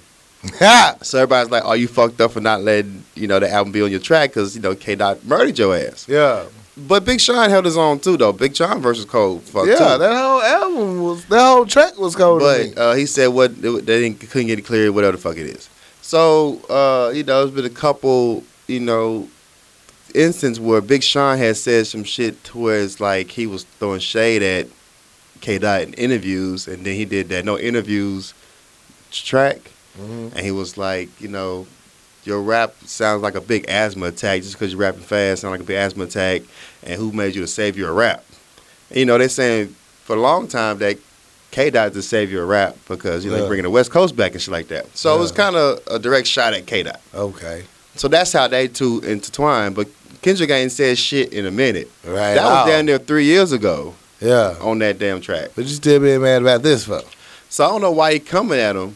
So everybody's like, "Oh, you fucked up for not letting you know the album be on your track because you know K Dot murdered your ass."
yeah.
But Big Sean held his own too, though. Big Sean versus Cole, fuck
yeah.
too.
That whole album was that whole track was cold. to me.
but uh, he said what they didn't couldn't get it clear, whatever the fuck it is. So uh, you know, there's been a couple, you know, instances where Big Sean had said some shit to where it's like he was throwing shade at K Dot in interviews, and then he did that no interviews track.
Mhm.
and he was like, you know, your rap sounds like a big asthma attack just because you're rapping fast, sound like a big asthma attack. And who made you the savior of rap? And, you know, they saying for a long time that K Dot's the savior of rap because you know
Yeah.
they bringing the West Coast back and shit like that. So it was
Yeah.
kind of a direct shot at K Dot.
Okay.
So that's how they two intertwine. But Kendrick ain't said shit in a minute.
Right.
that was
Oh,
down there three years ago
Yeah.
on that damn track.
But you still being mad about this though.
So I don't know why he coming at him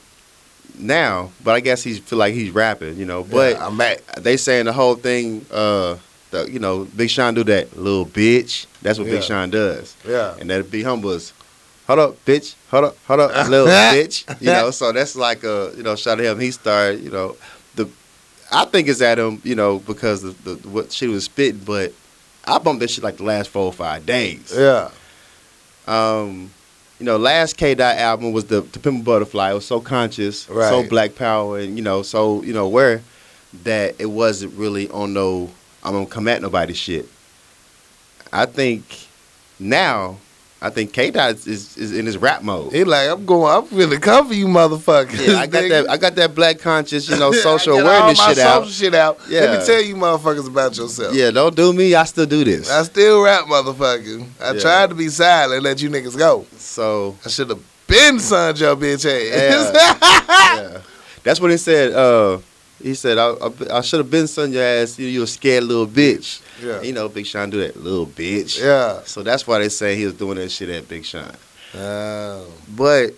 now, but I guess he feel like he's rapping, you know. But
Yeah, I'm back.
they saying the whole thing, uh, the, you know, Big Sean do that little bitch. That's what
Yeah.
Big Sean does,
Yeah.
and that be humble is, hold up, bitch, hold up, hold up, little bitch, you know. So that's like a you know shout out to him. He started, you know, the I think it's at him, you know, because of the what she was spitting, but I bumped that shit like the last four or five days
Yeah.
um, you know, last K Dot album was the, the Pimple Butterfly. It was so conscious, so
Right.
Black Power, and you know, so you know aware that it wasn't really on no I'm gonna come at nobody shit. I think now, I think K Dot is, is is in his rap mode.
He like I'm going. I'm finna cover you, motherfuckers.
yeah, I got
nigga.
that. I got that black conscious, you know,
I
social
get all
awareness
my
shit
social
out.
shit out. Let
Yeah.
me tell you, motherfuckers, about yourself.
Yeah, don't do me. I still do this.
I still rap, motherfucker. I
Yeah.
tried to be silent, let you niggas go.
so
I should have been sunned your bitch ass.
yeah. That's what he said. Uh, he said, I, I, I should have been son your ass. You, you a scared little bitch.
Yeah.
You know, Big Sean do that little bitch.
Yeah.
So that's why they say he was doing that shit at Big Sean.
Oh,
But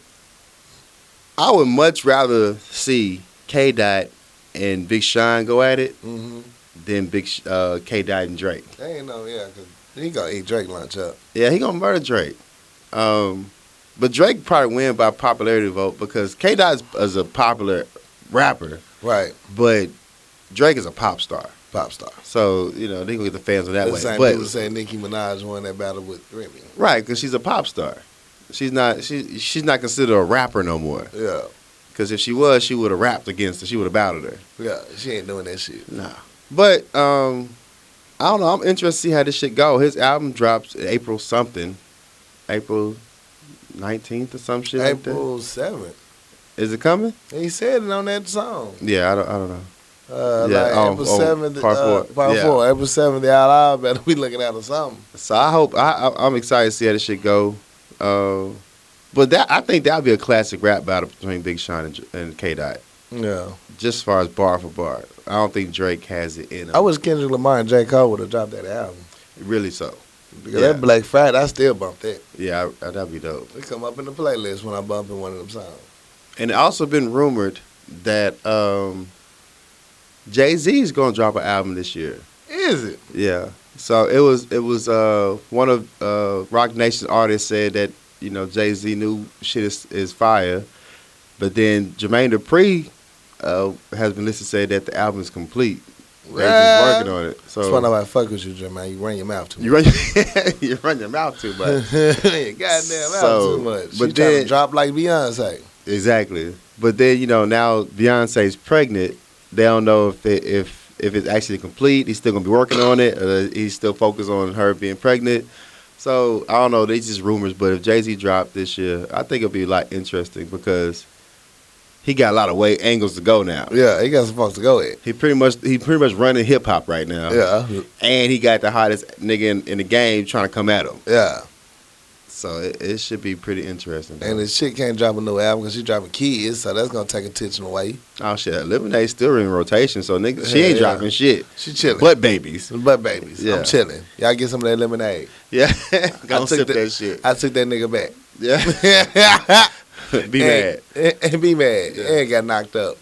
I would much rather see K Dot and Big Sean go at it
mhm.
than Big Sh- uh, K Dot and Drake.
They ain't no, yeah, 'cause he gonna eat Drake lunch up.
Yeah, he gonna murder Drake. Um, but Drake probably win by popularity vote because K Dot is, is a popular rapper,
Right,
but Drake is a pop star.
pop star.
So you know they gonna get the fans on that
the
way.
same
But
people say Nicki Minaj won that battle with Remy.
right, because she's a pop star. She's not. She she's not considered a rapper no more.
Yeah,
Because if she was, she would have rapped against her. She would have battled her.
yeah, she ain't doing that shit.
Nah. But um, I don't know. I'm interested to see how this shit go. His album drops in April something, April nineteenth or some shit. April.
April seventh.
Is it coming?
He said it on that song.
Yeah, I don't. I don't know.
Uh,
Yeah,
like
on-
April
on
seventh,
part
uh,
four.
part
Yeah.
four, April seventh. Y'all all better be looking out or something.
So I hope I, I I'm excited to see how this shit go. Uh, but that I think that'll be a classic rap battle between Big Sean and, and K Dot.
Yeah,
just as far as bar for bar, I don't think Drake has it in him.
I wish Kendrick Lamar and J Cole would have dropped that album.
really so.
Because
Yeah.
that Black Friday, I still bump that.
Yeah, I, I- that'd be dope.
It come up in the playlist when I bump in one of them songs.
And it also been rumored that um, Jay Z is gonna drop an album this year.
Is it?
Yeah. So it was it was uh, one of uh, Rock Nation artists said that you know Jay Z knew shit is, is fire, but then Jermaine Dupri uh, has been listed to say that the album is complete. They're just working on it.
That's why
So
nobody fuck with you, Jermaine. You run your mouth too much.
you run your, you run your mouth too much.
Goddamn, mouth
So,
too much.
but
But then
then-
drop like Beyonce.
Exactly. But then you know now Beyonce's pregnant. They don't know if it, if if it's actually complete. He's still gonna be working on it. Uh, he's still focused on her being pregnant. So I don't know. They just rumors. But if Jay Z dropped this year, I think it'll be like interesting because he got a lot of way angles to go now.
Yeah, he got some fucks to go at.
He pretty much he pretty much running hip hop right now.
Yeah,
And he got the hottest nigga in, in the game trying to come at him.
yeah.
So it, it should be pretty interesting.
And this shit can't drop a new album because she dropping kids, so that's gonna take attention away.
oh shit, Lemonade still in rotation, so nigga, she ain't
Yeah.
dropping shit.
She chilling.
But babies,
But babies,
Yeah.
I'm chilling. Y'all get some of that lemonade.
yeah, gonna
took
sip
the-
that shit.
I took that nigga back.
Yeah, be mad.
and, And, and be mad. And got knocked up.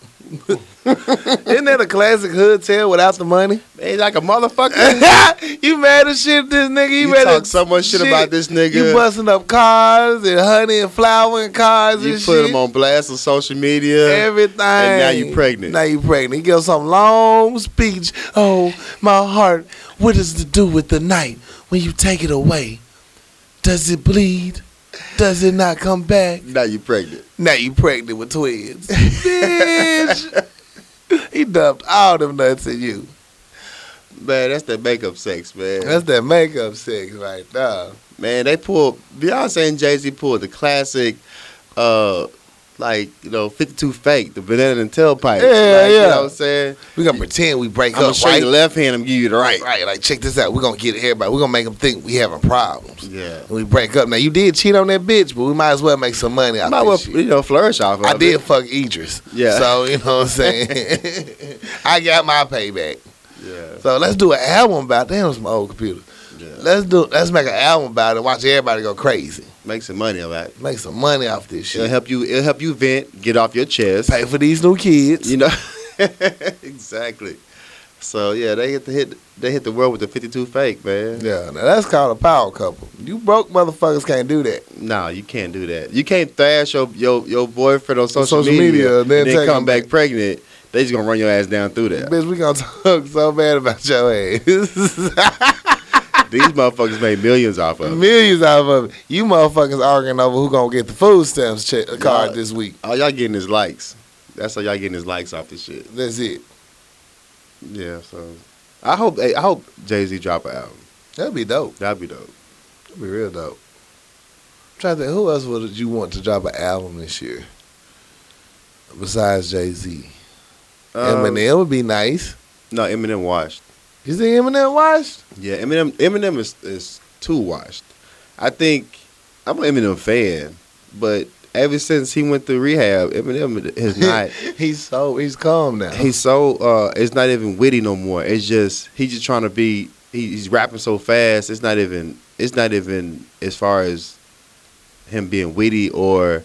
Isn't that a classic hood tale without the money?
Ain't like a motherfucker.
you mad as shit, this nigga. You,
You
mad
talk
as
so much shit about this nigga.
You busting up cars and honey and flour and cars
You
and
put
shit.
them on blast on social media.
Everything.
And now you pregnant.
Now you pregnant. He gives some long speech. Oh, my heart. What does it do with the night when you take it away? Does it bleed? Does it not come back?
now you pregnant.
Now you pregnant with twins. Bitch. He dumped all them nuts in you.
Man, that's that makeup sex, man.
That's that makeup sex right there.
man, they pulled Beyonce and Jay Z pulled the classic, uh, like you know, fifty two fake, the banana and tailpipe.
Yeah,
Like, You
yeah.
know what I'm saying?
We gonna pretend we break
I'm gonna
up,
show you
right?
the left hand. I'm gonna give you the right.
right, right. Like check this out. We're gonna get everybody. We're gonna make them think we having problems.
Yeah.
And we break up. Now you did cheat on that bitch, but we might as well make some money out
Might
of
well,
this shit.
you know, flourish off. Of
I
it.
did fuck Idris.
Yeah.
So you know what I'm saying. I got my payback.
Yeah,
So let's do an album about damn it's my old computer.
yeah.
Let's do let's make an album about it. Watch everybody go crazy.
Make some money off it.
Make some money off this
It'll
shit.
help you. It'll help you vent, get off your chest.
Pay for these new kids.
You know, exactly. So yeah, they hit the hit. They hit the world with the fifty two fake, man.
Yeah, now that's called a power couple. You broke motherfuckers can't do that.
No, you can't do that. You can't thrash your your, your boyfriend on social,
social
media,
media,
and
then
then,
take
come
him
back
back.
pregnant. They just gonna run your ass down through that.
Bitch, we gonna talk so bad about your ass.
These motherfuckers made millions off of it.
Millions out of it. You motherfuckers arguing over who gonna get the food stamps check, card
Y'all-
this week.
All y'all getting is likes. That's all y'all getting is likes off this shit.
That's it.
Yeah. So I hope I hope Jay Z drop an album.
That'd be dope.
That'd be dope.
That'd be real dope. Try to think, who else would you want to drop an album this year? Besides Jay Z,
Um,
Eminem would be nice.
No, Eminem washed.
You think Eminem watched?
Yeah, Eminem. Eminem is is too washed. I think I'm an Eminem fan, but ever since he went through rehab, Eminem has not.
he's so he's calm now.
he's so uh it's not even witty no more it's just he's just trying to be he, he's rapping so fast it's not even it's not even as far as him being witty or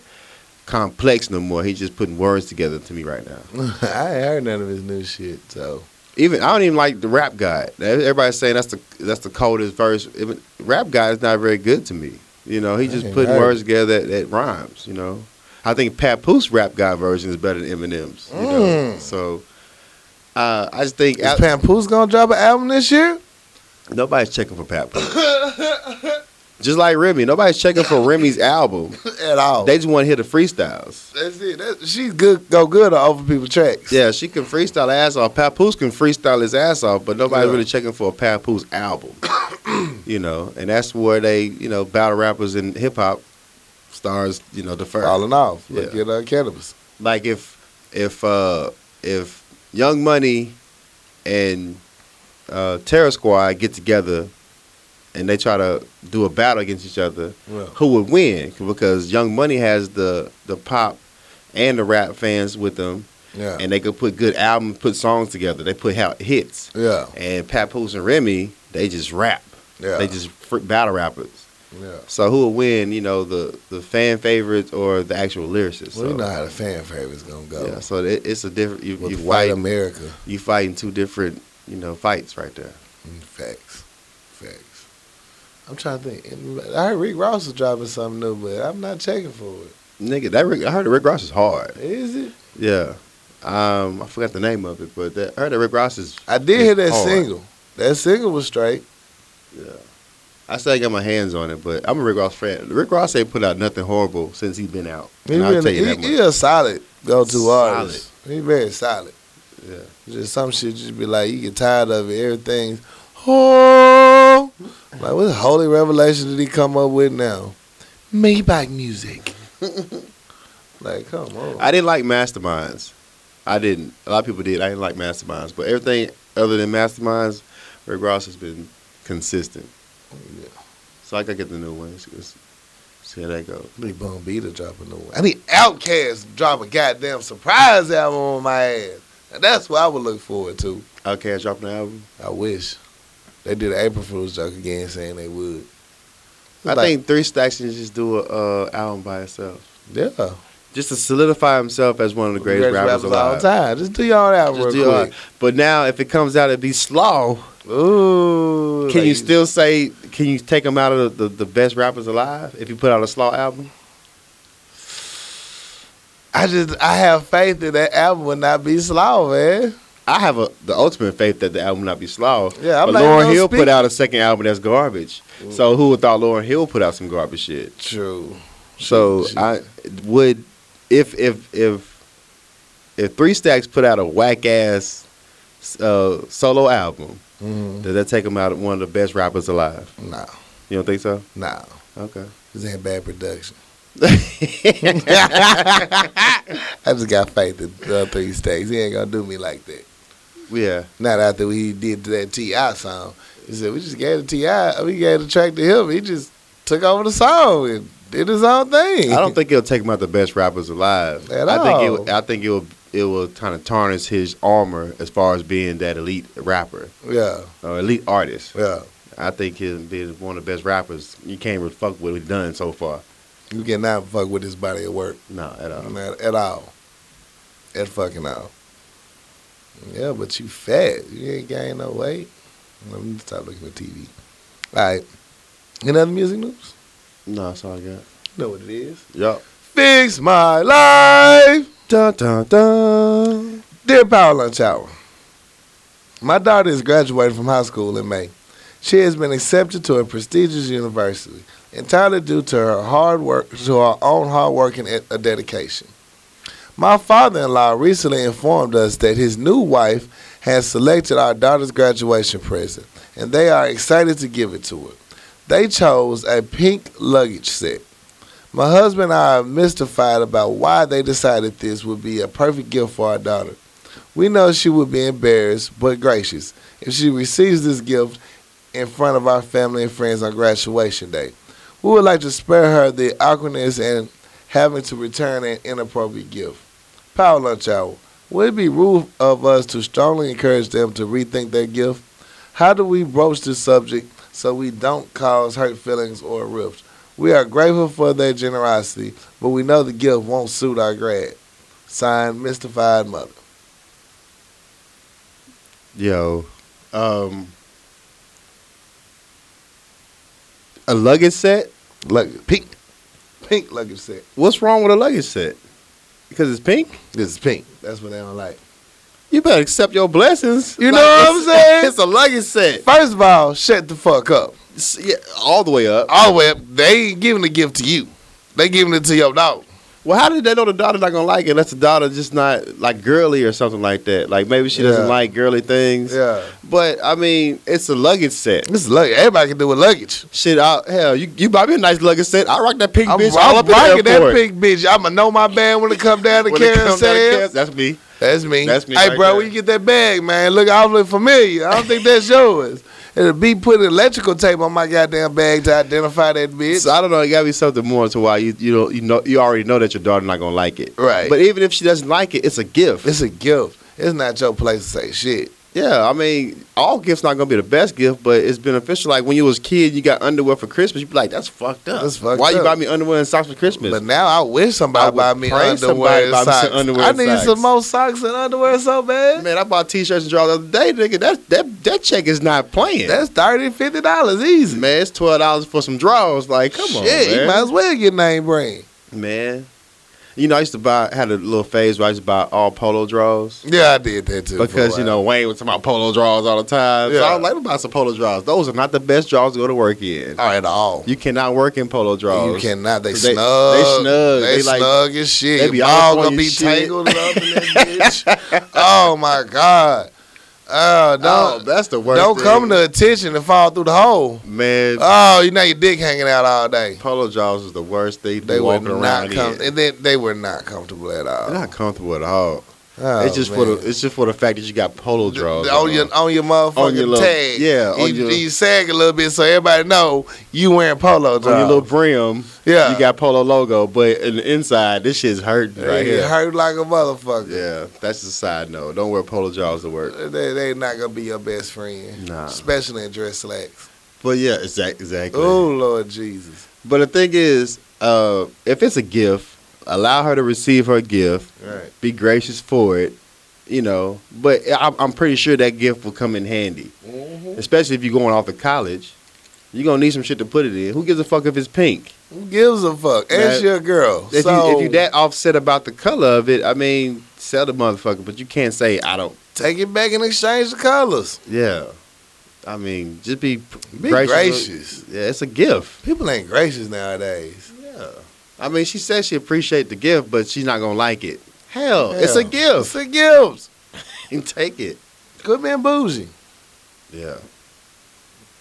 complex no more he's just putting words together to me right now
I ain't heard none of his new shit. So
even i don't even like the rap guy everybody's saying that's the that's the coldest verse even, rap guy is not very good to me you know he just
ain't
putting
heard
words together that, that rhymes you know i think papoose rap guy version is better than eminem's you know
Mm.
so uh, i just think
is Pampoose gonna drop an album this year?
Nobody's checking for Pat Boone. just like Remy, nobody's checking for Remy's album.
At all?
They just want to hear the freestyles.
That's it. That, she's good. Go good on over people's tracks.
Yeah, she can freestyle her ass off. Papoose can freestyle his ass off, but nobody's
Yeah.
really checking for a Papoose album. you know, and that's where they, you know, battle rappers and hip hop stars, you know, defer.
falling off. Look
Yeah.
at uh, cannabis.
like if if uh if Young Money and uh Terror Squad get together and they try to do a battle against each other,
Yeah.
who would win? Because Young Money has the the pop and the rap fans with them,
Yeah.
and they could put good albums, put songs together. They put out hits,
yeah.
and Papoose and Remy, they just rap.
Yeah.
They just fr- battle rappers.
Yeah.
So who will win? You know the the fan favorites or the actual lyricists?
Well, you
So-
know how the fan favorite's gonna go.
yeah, so it, it's a different. You,
With
you
white
fight.
America.
You fighting two different, you know, fights right there.
Mm, Facts. Facts. I'm trying to think. And I heard Rick Ross was dropping something new, but I'm not checking for it.
Nigga, that Rick, I heard that Rick Ross is hard.
Is it?
Yeah, um, I forgot the name of it, but that, I heard that Rick Ross is.
I did hear that
hard.
single. That single was straight.
Yeah, I still ain't got my hands on it, but I'm a Rick Ross fan. Rick Ross ain't put out nothing horrible since he's been out.
He
And I'll tell
really,
you that
he,
much.
he a solid go-to
Solid.
artist. He very solid.
Yeah.
Just some shit just be like you get tired of it. Everything's oh like what holy revelation did he come up with now? Maybach music. like come on.
I didn't like Masterminds. I didn't. A lot of people did. I didn't like Masterminds, but everything other than Masterminds, Rick Ross has been consistent.
Yeah.
So I gotta get the new one. It's- it's- See how that goes.
I need Bum B to drop a new one. I need Outkast to drop a goddamn surprise album on my ass. And that's what I would look forward to.
Outkast dropping the album.
I wish. They did an April Fool's joke again saying they would.
I
Like-
think Three Stacks should just do a uh, album by itself,
Yeah.
just to solidify himself as one of the greatest, rappers,
of all
alive.
time. Just do y'all that
Just
real
do it.
quick.
But now, if it comes out, it'd be slow.
Ooh.
Can
like
you still say? Can you take him out of the, the, the best rappers alive if you put out a slow album?
I just I have faith that that album would not be slow, man.
I have a, the ultimate faith that the album not be slow.
Yeah, I'm
but
not
Lauren
gonna
Hill
speak- Mm.
put out a second album that's garbage. So who would thought Lauren Hill put out some garbage shit?
True.
So
She-
I would if if if if Three Stacks put out a whack ass uh, solo album,
Mm,
does that take him out of one of the best rappers alive?
no,
You don't think so?
no.
Okay.
This ain't bad production. I just got faith in the three stacks. He ain't gonna do me like that.
yeah.
Not after he did that T.I. song. He said, we just gave the T.I., we gave the track to him. He just took over the song and did his own thing.
I don't think it'll take him out the best rappers alive.
At
I think it
all.
will- I think it will it will kind of tarnish his armor as far as being that elite rapper
Yeah,
or elite artist.
yeah.
I think he'll be one of the best rappers. You can't really fuck with what he's done so far.
You cannot fuck with his body of work.
No, at all.
Not at all. At fucking all. Yeah, but you fat. You ain't gained no weight. Let me stop looking at TV. All right. Any other music news?
No, that's all I got.
You know what it is.
Yup.
Fix my life.
Dun dun dun.
Dear Power Lunch Hour, my daughter is graduating from high school in May. She has been accepted to a prestigious university, entirely due to her hard work, to her own hard work and e- dedication. My father-in-law recently informed us that his new wife has selected our daughter's graduation present, and they are excited to give it to her. They chose a pink luggage set. My husband and I are mystified about why they decided this would be a perfect gift for our daughter. We know she would be embarrassed but gracious if she receives this gift in front of our family and friends on graduation day. We would like to spare her the awkwardness and having to return an inappropriate gift. Power Lunch Hour. Would it be rude of us to strongly encourage them to rethink their gift? How do we broach this subject so we don't cause hurt feelings or rifts? We are grateful for their generosity, but we know the gift won't suit our grad. Signed, Mystified Mother.
Yo. Um. A luggage set?
Luggage. Pink. Pink luggage set.
What's wrong with a luggage set? Because it's pink.
This is pink. That's what they don't like.
You better accept your blessings.
You know what I'm
it's-
saying?
It's a luggage set.
First of all, shut the fuck up.
It's- yeah, all the way up.
All the way up. They ain't giving the gift to you. They giving it to your dog.
Well, how did they know the daughter not gonna like it unless the daughter just not like girly or something like that? Like maybe she doesn't
Yeah.
like girly things.
Yeah.
But I mean, it's a luggage set.
This is luggage. Everybody can do with luggage.
Shit, I, hell, you, you buy me a nice luggage set. I rock that pink
I'm,
bitch all
I'm
up
rocking
in the
that
airport.
pink bitch. I'ma know my band when it come down to
When it comes down to
carousel.
Cas- that's me.
That's me.
That's me
Hey,
right
bro,
there.
where you get that bag, man? Look, I look familiar. I don't think that's yours. It'll be putting electrical tape on my goddamn bag to identify that bitch.
So I don't know. It gotta be something more to why you you know you know you already know that your daughter not gonna like it.
Right.
But even if she doesn't like it, it's a gift.
it's a gift. It's not your place to say shit.
Yeah, I mean, all gifts not gonna be the best gift, but it's beneficial. Like when you was a kid, you got underwear for Christmas. You be like, that's fucked up.
That's fucked
Why you
up.
buy me underwear and socks for Christmas?
But now I wish
I
somebody
would
buy me
pray somebody
underwear and
buy me some
socks.
underwear
I
and
need
socks.
some more socks and underwear so bad.
man, I bought t-shirts and drawers the other day, nigga. That that that check is not playing.
That's $30, 50 dollars easy.
man, it's twelve dollars for some drawers. Like, come on,
Shit, you
man.
might as well get name brand.
man. You know, I used to buy had a little phase where I used to buy all polo draws.
Yeah, I did that too. for a
Because you
while.
know Wayne was talking about polo draws all the time, so
Yeah.
I was like, "I'm about some polo draws. Those are not the best draws to go to work in.
All right, at all.
You cannot work in polo draws.
You cannot. They,
They- they
snug.
snug.
They,
They like-
snug as shit.
they be
Your
all
ball
up
gonna
on your
be
shit.
tangled up in that bitch. oh my god. Oh,
No,
don't
that's the worst.
don't
thing.
come to attention and fall through the hole.
man.
Oh, you know your dick hanging out all day.
polo jaws is the worst thing.
They
They
were
walking around
not
in.
com- and they, they were not comfortable at all.
They're not comfortable at all.
Oh,
it's just for
man. Oh,
the it's just for the fact that you got polo draws
on your on your motherfucking
On your little-
tag.
yeah, on
you,
your-
you sag a little bit so everybody know you wearing polo
on your
draws.
little brim.
Yeah.
you got polo logo, but in the inside, this shit's hurting right
it
here.
hurt like a motherfucker.
Yeah, that's the side note. Don't wear polo jaws to work.
They they not gonna be your best friend,
Nah.
especially in dress slacks.
But yeah, exactly. exactly.
Oh Lord Jesus,
But the thing is, uh, if it's a gift, allow her to receive her gift.
right?
Be gracious for it, you know. But I'm, I'm pretty sure that gift will come in handy, especially if you're going off to college. You're gonna need some shit to put it in. Who gives a fuck if it's pink?
Who gives a fuck? And
That-
she a girl.
If,
so
you, if you that offset about the color of it, I mean, sell the motherfucker. But you can't say I don't.
take it back and exchange the colors.
Yeah, I mean, just be,
Be
gracious.
gracious.
Yeah, it's a gift.
People ain't gracious nowadays.
Yeah. I mean, she said she appreciate the gift, but she's not gonna like it. Hell, it's a
Hell, It's
gift.
a gift.
You take it.
Good man, bougie.
Yeah.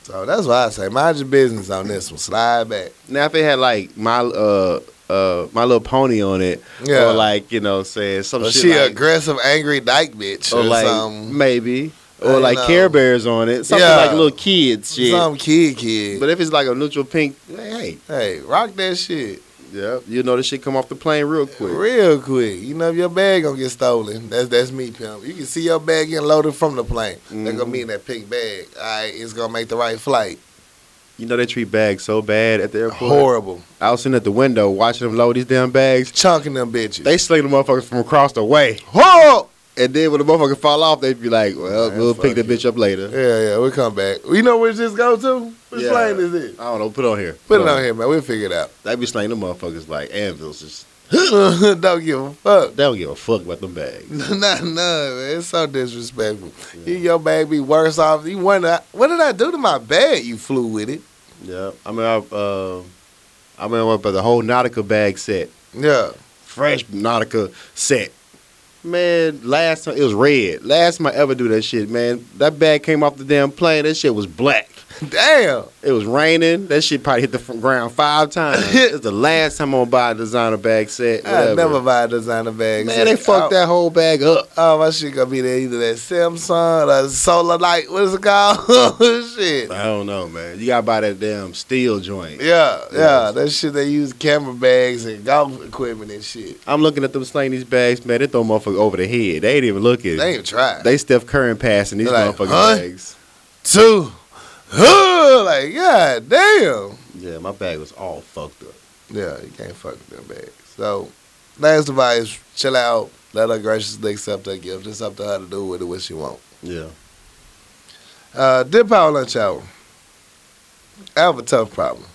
So that's why I say mind your business on this one. Slide back.
Now, if it had like my uh uh my little pony on it,
Yeah.
or like you know saying some
Or
shit
she
like,
aggressive, angry dyke bitch or,
or like
something.
maybe,
I
or like
know.
Care Bears on it, something
Yeah.
like little kids shit.
Some kid kid.
But if it's like a neutral pink, hey,
hey, rock that shit
yeah, you know this shit come off the plane real quick.
real quick. You know if your bag gonna get stolen. That's that's me, pimp. You can see your bag getting loaded from the plane. They're
Mm-hmm.
gonna be in that pink bag. All right, it's gonna make the right flight.
You know they treat bags so bad at the airport.
Horrible.
I was sitting at the window watching them load these damn bags.
Chunking them bitches.
They sling the motherfuckers from across the way.
Whoa!
And then when the motherfucker fall off, they'd be like, "Well,
Man,
we'll
fuck
pick that
you.
bitch up later."
Yeah, yeah, we'll come back. You know where this go to? Which
Yeah.
plane is it?
I don't know. Put it on here.
Put it on here, man. We'll figure it out.
They be slaying the motherfuckers like anvils. Just
Don't give a fuck.
they don't give a fuck about them bags.
Not none, man. It's so disrespectful. You, your bag be worse off. You wonder what did I do to my bag? You flew with it.
Yeah, I mean, I, uh, I remember about the whole Nautica bag set,
Yeah.
fresh Nautica set. Man, last time it was red. Last time I ever do that shit, man, that bag came off the damn plane. That shit was black.
Damn.
It was raining. That shit probably hit the f- ground five times. it's the last time I'm gonna buy a designer bag set.
I
Whatever.
never buy a designer bag.
Man, they fucked
up.
that whole bag up.
Oh, my shit gonna be there either that Samsung or Solar Light. What is it called? shit.
I don't know, man. You gotta buy that damn steel joint.
Yeah, yeah.
Yeah.
That shit they use camera bags and golf equipment and shit.
I'm looking at them slinging these bags, man. They throw motherfucker over the head. They ain't even look at it.
They ain't tried.
They Steph Curry passing these
They're like,
motherfucking
huh?
bags.
two. Huh, like, god damn.
Yeah, my bag was all fucked up.
Yeah, you can't fuck with them bags. So, last advice, chill out. Let her graciously accept her gift. It's up to her to do with it what she want.
Yeah.
Uh, Dear Power Lunch Hour, I have a tough problem.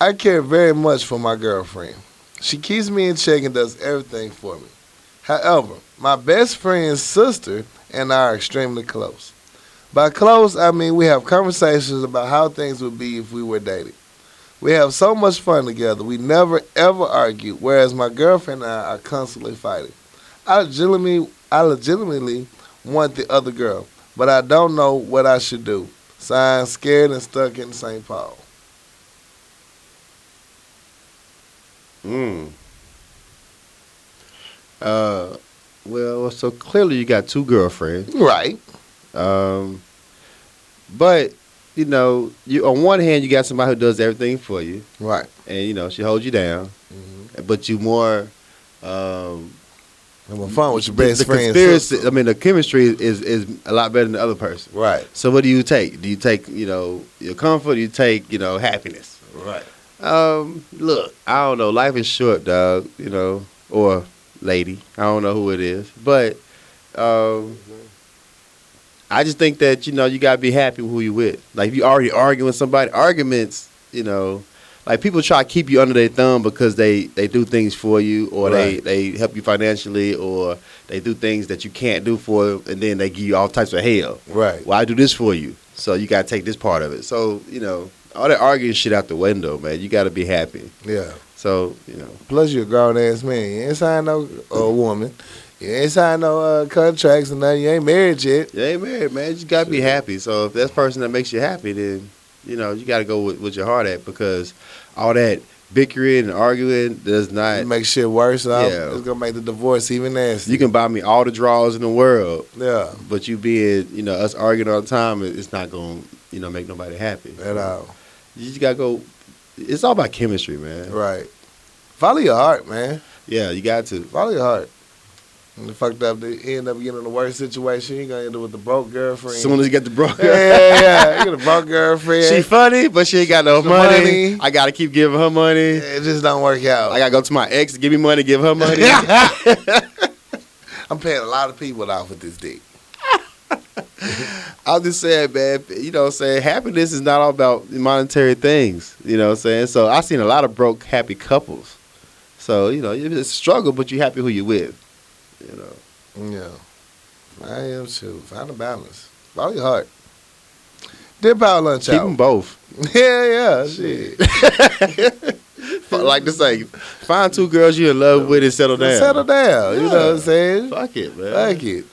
I care very much for my girlfriend. She keeps me in check and does everything for me. However, my best friend's sister and I are extremely close. By close, I mean we have conversations about how things would be if we were dating. We have so much fun together. We never ever argue, whereas my girlfriend and I are constantly fighting. I legitimately, I legitimately want the other girl but I don't know what I should do. Signed, scared and stuck in St. Paul.
Mm. Uh, well, so clearly you got two girlfriends.
Right.
Um, but you know, you on one hand you got somebody who does everything for you,
Right.
and you know she holds you down,
Mhm.
but you more. Um,
I'm on phone with your best
the, the
friend.
conspiracy.
sister.
I mean, the chemistry is, is is a lot better than the other person.
Right.
So, what do you take? Do you take you know your comfort? do you take you know happiness?
Right.
Um, look, I don't know. Life is short, dog. You know, or lady. I don't know who it is, but um, I just think that you know you gotta be happy with who you with. Like if you already arguing with somebody, arguments, you know, like people try to keep you under their thumb because they they do things for you or they they help you financially or they do things that you can't do for them, and then they give you all types of hell.
Right.
Well, I do this for you, so you gotta take this part of it. So you know, all that arguing shit out the window, man. You gotta be happy.
Yeah.
So you know,
Plus, you're a grown ass man. You ain't signed no uh, woman. You ain't signed no uh, contracts or nothing. You ain't married yet.
you ain't married, man. You just gotta be happy. So if that's the person that makes you happy, then you know you gotta go with, with your heart at because all that bickering and arguing does not.
It makes shit worse. though.
Yeah.
It's gonna make the divorce even nasty.
You can buy me all the draws in the world,
yeah,
but you being, you know, us arguing all the time, it- it's not going to, you know, make nobody happy.
at all.
You just got to go. It's all about chemistry, man.
Right. Follow your heart, man.
Yeah, you got to.
Follow your heart. And the fucked up, they end up getting in the worst situation. You gonna end up with the broke girlfriend.
Soon as you get the broke,
yeah, yeah, yeah. You get a broke girlfriend.
she funny, but she ain't got no
The
money.
money.
I got to keep giving her money.
it just don't work out.
I got to go to my ex to give me money, give her money.
I'm paying a lot of people off with this dick.
I'm just saying, man, you know what I'm saying? Happiness is not all about monetary things. You know what I'm saying? So I've seen a lot of broke, happy couples. So, you know, it's a struggle, but you're happy who you with. You know.
Yeah. I am too. Find a balance. Follow your heart. Dip out lunch
Keep them both.
out. Yeah, yeah. Shit.
like this thing. Find two girls you're in love with and settle down.
Settle down. You know what I'm
Yeah.
saying?
Fuck it, man.
Fuck it.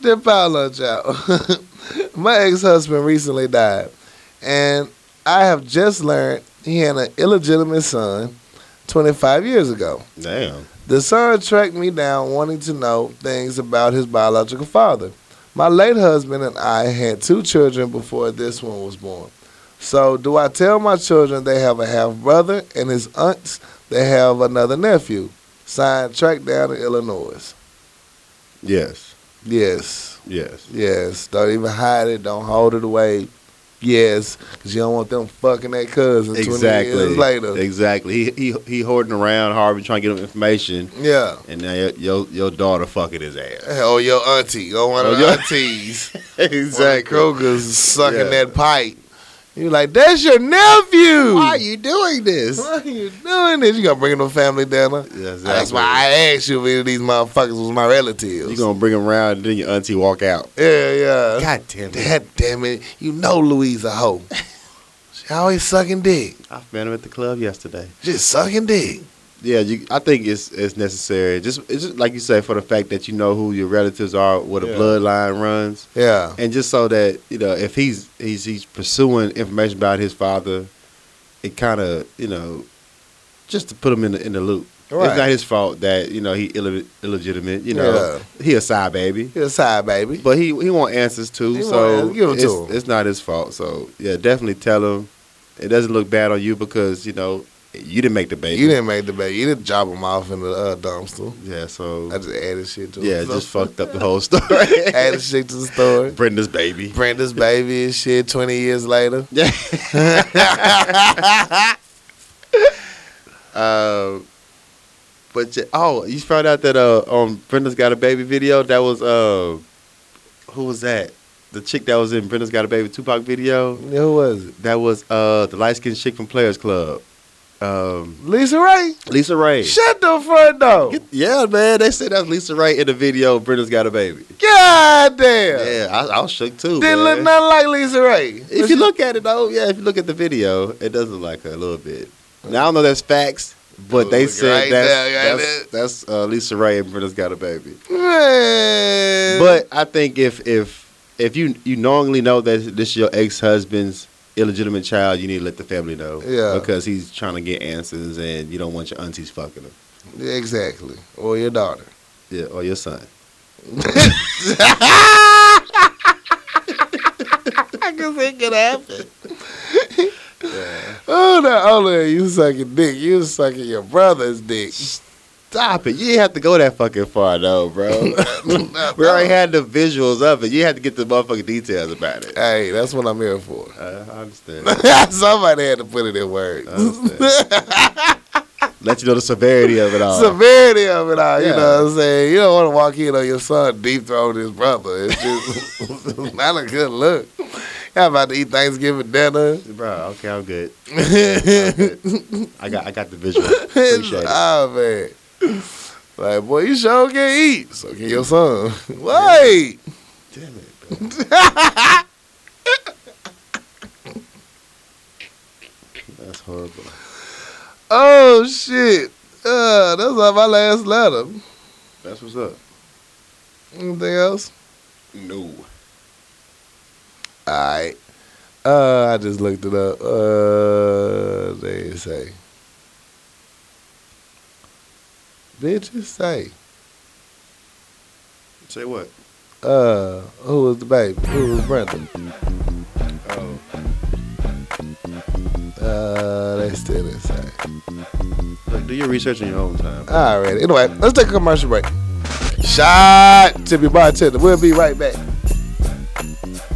Dip out lunch out. My ex husband recently died, and I have just learned he had an illegitimate son 25 years ago.
Damn.
The son tracked me down wanting to know things about his biological father. My late husband and I had two children before this one was born. So, do I tell my children they have a half brother and his aunts they have another nephew? Signed, tracked down in Illinois.
Yes.
Yes,
Yes.
yes. Don't even hide it. Don't hold it away. Yes, because you don't want them fucking that cousin 20
Exactly.
years later.
Exactly. He he he hoarding around Harvey trying to get him information
yeah.
and now your your, your daughter fucking his ass.
Oh, your auntie. Go one
Oh,
of
your-
your aunties. One of the Kroger's sucking
Yeah.
that pipe. You like, that's your nephew.
Why are you doing this?
Why are you doing this? You gonna bring no family dinner?
Yeah, exactly.
That's why I asked you if any of these motherfuckers was my relatives.
You gonna bring him around, and then your auntie walk out.
yeah, yeah.
God damn it!
God damn it. You know Louise a hoe. she always sucking dick.
I met him at the club yesterday.
Just sucking dick.
Yeah, you, I think it's it's necessary. Just it's just like you say for the fact that you know who your relatives are, where the
Yeah.
bloodline runs,
Yeah.
and just so that you know if he's he's he's pursuing information about his father, it kind of you know just to put him in the in the loop. It's
Right.
not his fault that you know he ille- illegitimate. You know he a side baby.
You're a side baby.
But he he want answers too,
He want
so
answers. Give 'em to
it's,
him.
it's not his fault. So yeah, definitely tell him. It doesn't look bad on you because you know you didn't make the baby.
You didn't make the baby. You didn't drop them off in the uh, dumpster.
Yeah,
I
so
just added shit to
yeah,
it.
just fucked up the whole story.
added shit to the story.
Brenda's baby.
Brenda's baby and shit 20 years later.
Yeah. um, but you, oh, you found out that uh, on Brenda's Got a Baby video that was uh, who was that? The chick that was in Brenda's Got a Baby Tupac video.
Who was it?
That was uh the light skinned chick from Players Club. Um
Lisa Ray.
Lisa Ray.
Shut the front door.
Get- yeah, man. They said that's Lisa Ray in the video Brenda's Got a Baby.
God damn.
Yeah, I, I was shook too.
Didn't
man.
look nothing like Lisa Ray.
if you look at it though, yeah, if you look at the video, it does look like her a little bit. Now I don't know that's facts, but they
Look
said
right
that's,
there, right
that's, that's uh, Lisa Ray and Brenda's Got a Baby.
Man.
But I think if if if you you knowingly know that this is your ex husband's illegitimate child, you need to let the family know.
Yeah.
Because he's trying to get answers, and you don't want your aunties fucking him.
Exactly. Or your daughter.
Yeah, or your son.
I guess it could happen. Oh, not only are you sucking dick, you sucking your brother's dick.
Stop it! You didn't have to go that fucking far though, bro. we already had the visuals of it. You had to get the motherfucking details about it.
Hey, that's what I'm here for.
Uh, I understand.
Somebody had to put it in words.
I understand. Let you know the severity of it all.
severity of it all. You
Uh, Yeah.
know what I'm saying? You don't want to walk in on your son deep throating his brother. It's just not a good look. Y'all about to eat Thanksgiving dinner.
Bro, okay, I'm good. I'm good. I got, I got the visual. Appreciate it.
oh man. Like boy, you sure can eat. So can your son. Wait.
Damn it, bro. That's horrible.
Oh shit. Uh, that's not my last letter.
That's what's up.
Anything else?
No.
All right. Uh, I just looked it up. Uh, they say. Bitches say.
Say what?
Uh, who was the baby? Who was Brandon?
Oh,
Uh, they still didn't say.
look, do your research in your own time.
All right. Anyway, let's take a commercial break. Shot to be bartender. We'll be right back.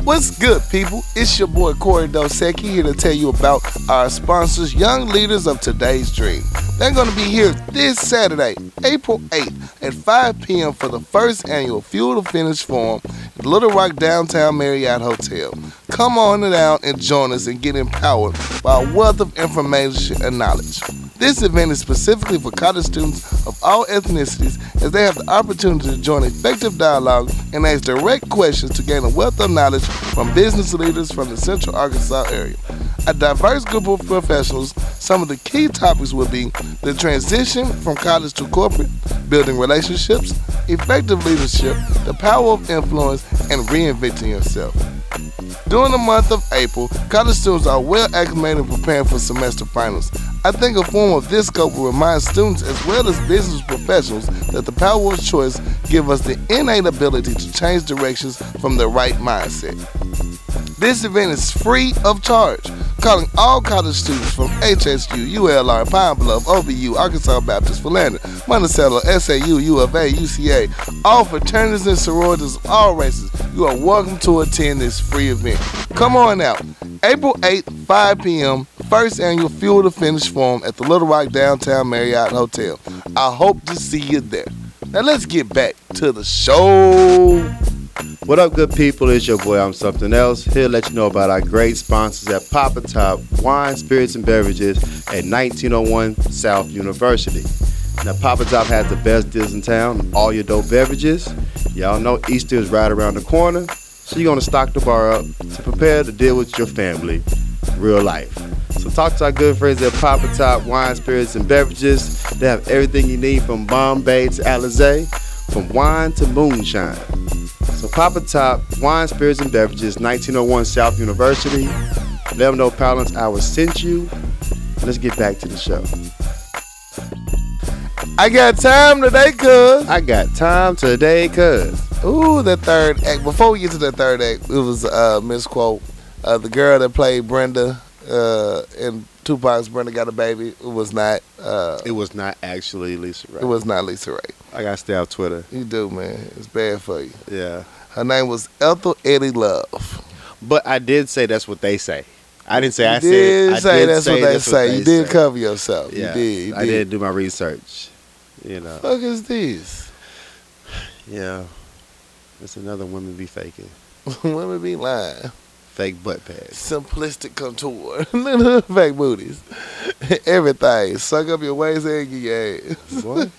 What's good, people? It's your boy Corey Dosecki here to tell you about our sponsors, Young Leaders of Today's Dream. They're going to be here this Saturday, April 8th at 5 p.m. for the first annual Fuel to Finish Forum at Little Rock Downtown Marriott Hotel. Come on down and join us and get empowered by a wealth of information and knowledge. This event is specifically for college students of all ethnicities as they have the opportunity to join effective dialogue and ask direct questions to gain a wealth of knowledge from business leaders from the Central Arkansas area. A diverse group of professionals, some of the key topics will be the transition from college to corporate, building relationships, effective leadership, the power of influence, and reinventing yourself. During the month of April, college students are well acclimated and preparing for semester finals. I think a form of this scope will remind students as well as business professionals that the power of choice gives us the innate ability to change directions from the right mindset. This event is free of charge. Calling all college students from HSU, ULR, Pine Bluff, OBU, Arkansas Baptist, Philander, Monticello, SAU, U of A, UCA, all fraternities and sororities of all races, you are welcome to attend this free event. Come on out. April 8th, 5 p.m., first annual Fuel to Finish Forum at the Little Rock Downtown Marriott Hotel. I hope to see you there. Now let's get back to the show.
What up, good people? It's your boy, I'm Something Else. Here to let you know about our great sponsors at Papa Top Wine, Spirits, and Beverages at 1901 South University. Now, Papa Top has the best deals in town, all your dope beverages. Y'all know Easter is right around the corner, so you're going to stock the bar up to prepare to deal with your family, real life. So, talk to our good friends at Papa Top Wine, Spirits, and Beverages. They have everything you need from Bombay to Alizé, from wine to moonshine. So Papa Top, Wine, Spirits, and Beverages, 1901 South University. Let them know Palin's Hour sent you. Let's get back to the show.
I got time today, cuz.
I got time today, cuz.
Ooh, the third act. Before we get to the third act, it was uh, misquote. Uh, the girl that played Brenda uh, in Tupac's Brenda Got a Baby. It was not. Uh,
It was not actually Lisa Ray.
it was not Lisa Ray.
I got to stay off Twitter.
You do, man. It's bad for you.
Yeah.
Her name was Ethel Eddie Love.
But I did say that's what they say. I didn't say I
you did
said.
say
I did
that's what they say. you did cover yourself.
Yeah.
You did. You
I
did.
did do my research. You know.
Fuck is this?
Yeah. It's another woman be faking.
Women be lying.
Fake butt pads.
Simplistic contour, little fake booties, everything. Suck up your waist and your ass.
What?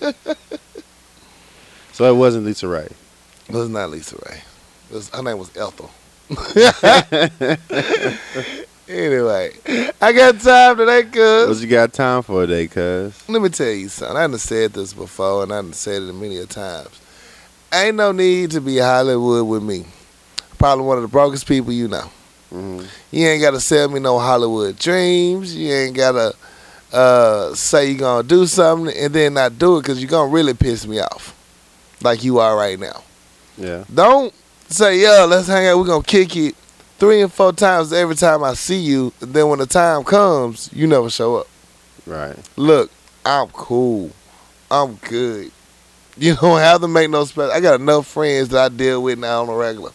so it wasn't Lisa Ray.
It was not Lisa Ray. It was, her name was Ethel. anyway, I got time today,
What
cuz.
you got time for today, cuz?
Let me tell you something. I done said this before, and I done said it many a times. Ain't no need to be Hollywood with me. Probably one of the brokest people you know.
Mm-hmm.
You ain't got to sell me no Hollywood dreams. You ain't got to uh, say you going to do something and then not do it because you going to really piss me off like you are right now.
Yeah.
Don't say, yo, let's hang out. We're going to kick it three and four times every time I see you. And then when the time comes, you never show up.
Right.
Look, I'm cool. I'm good. You don't have to make no special. I got enough friends that I deal with now on a regular.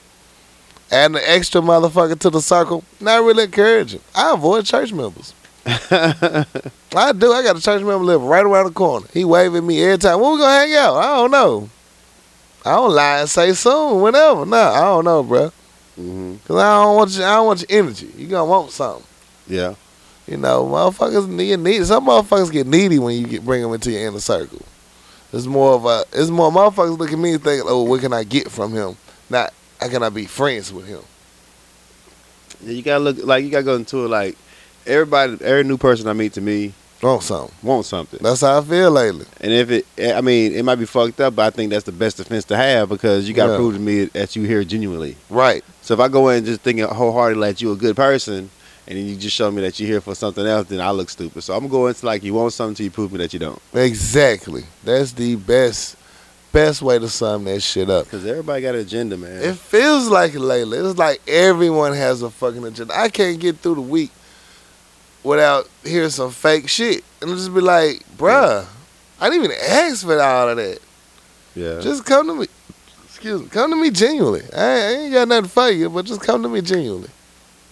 Adding an extra motherfucker to the circle, not really encouraging. I avoid church members. I do. I got a church member living right around the corner. He waving me every time. When we gonna hang out? I don't know. I don't lie and say soon, whenever. No, I don't know, bro.
Mm-hmm.
Cause I don't want you. I don't want your energy. You gonna want something.
Yeah.
You know, motherfuckers need need. Some motherfuckers get needy when you get bring them into your inner circle. It's more of a. It's more motherfuckers look at me and think, oh, what can I get from him? Not how can I be friends with him?
You gotta look like you gotta go into it like everybody every new person I meet to me
want something.
want something.
That's how I feel lately.
And if it, eh, I mean, it might be fucked up, but I think that's the best defense to have because you got to
Yeah.
prove to me that you here genuinely.
Right.
So if I go in just thinking wholeheartedly that you a good person, and then you just show me that you're here for something else, then I look stupid. So I'm gonna go into like you want something till you prove me that you don't.
Exactly. That's the best best way to sum that shit up.
Because everybody got an agenda, man.
It feels like it lately. It's like everyone has a fucking agenda. I can't get through the week without hearing some fake shit. And I'll just be like, bruh, I didn't even ask for all of that.
yeah.
Just come to me. Excuse me. Come to me genuinely. I I ain't got nothing for you, but just come to me genuinely.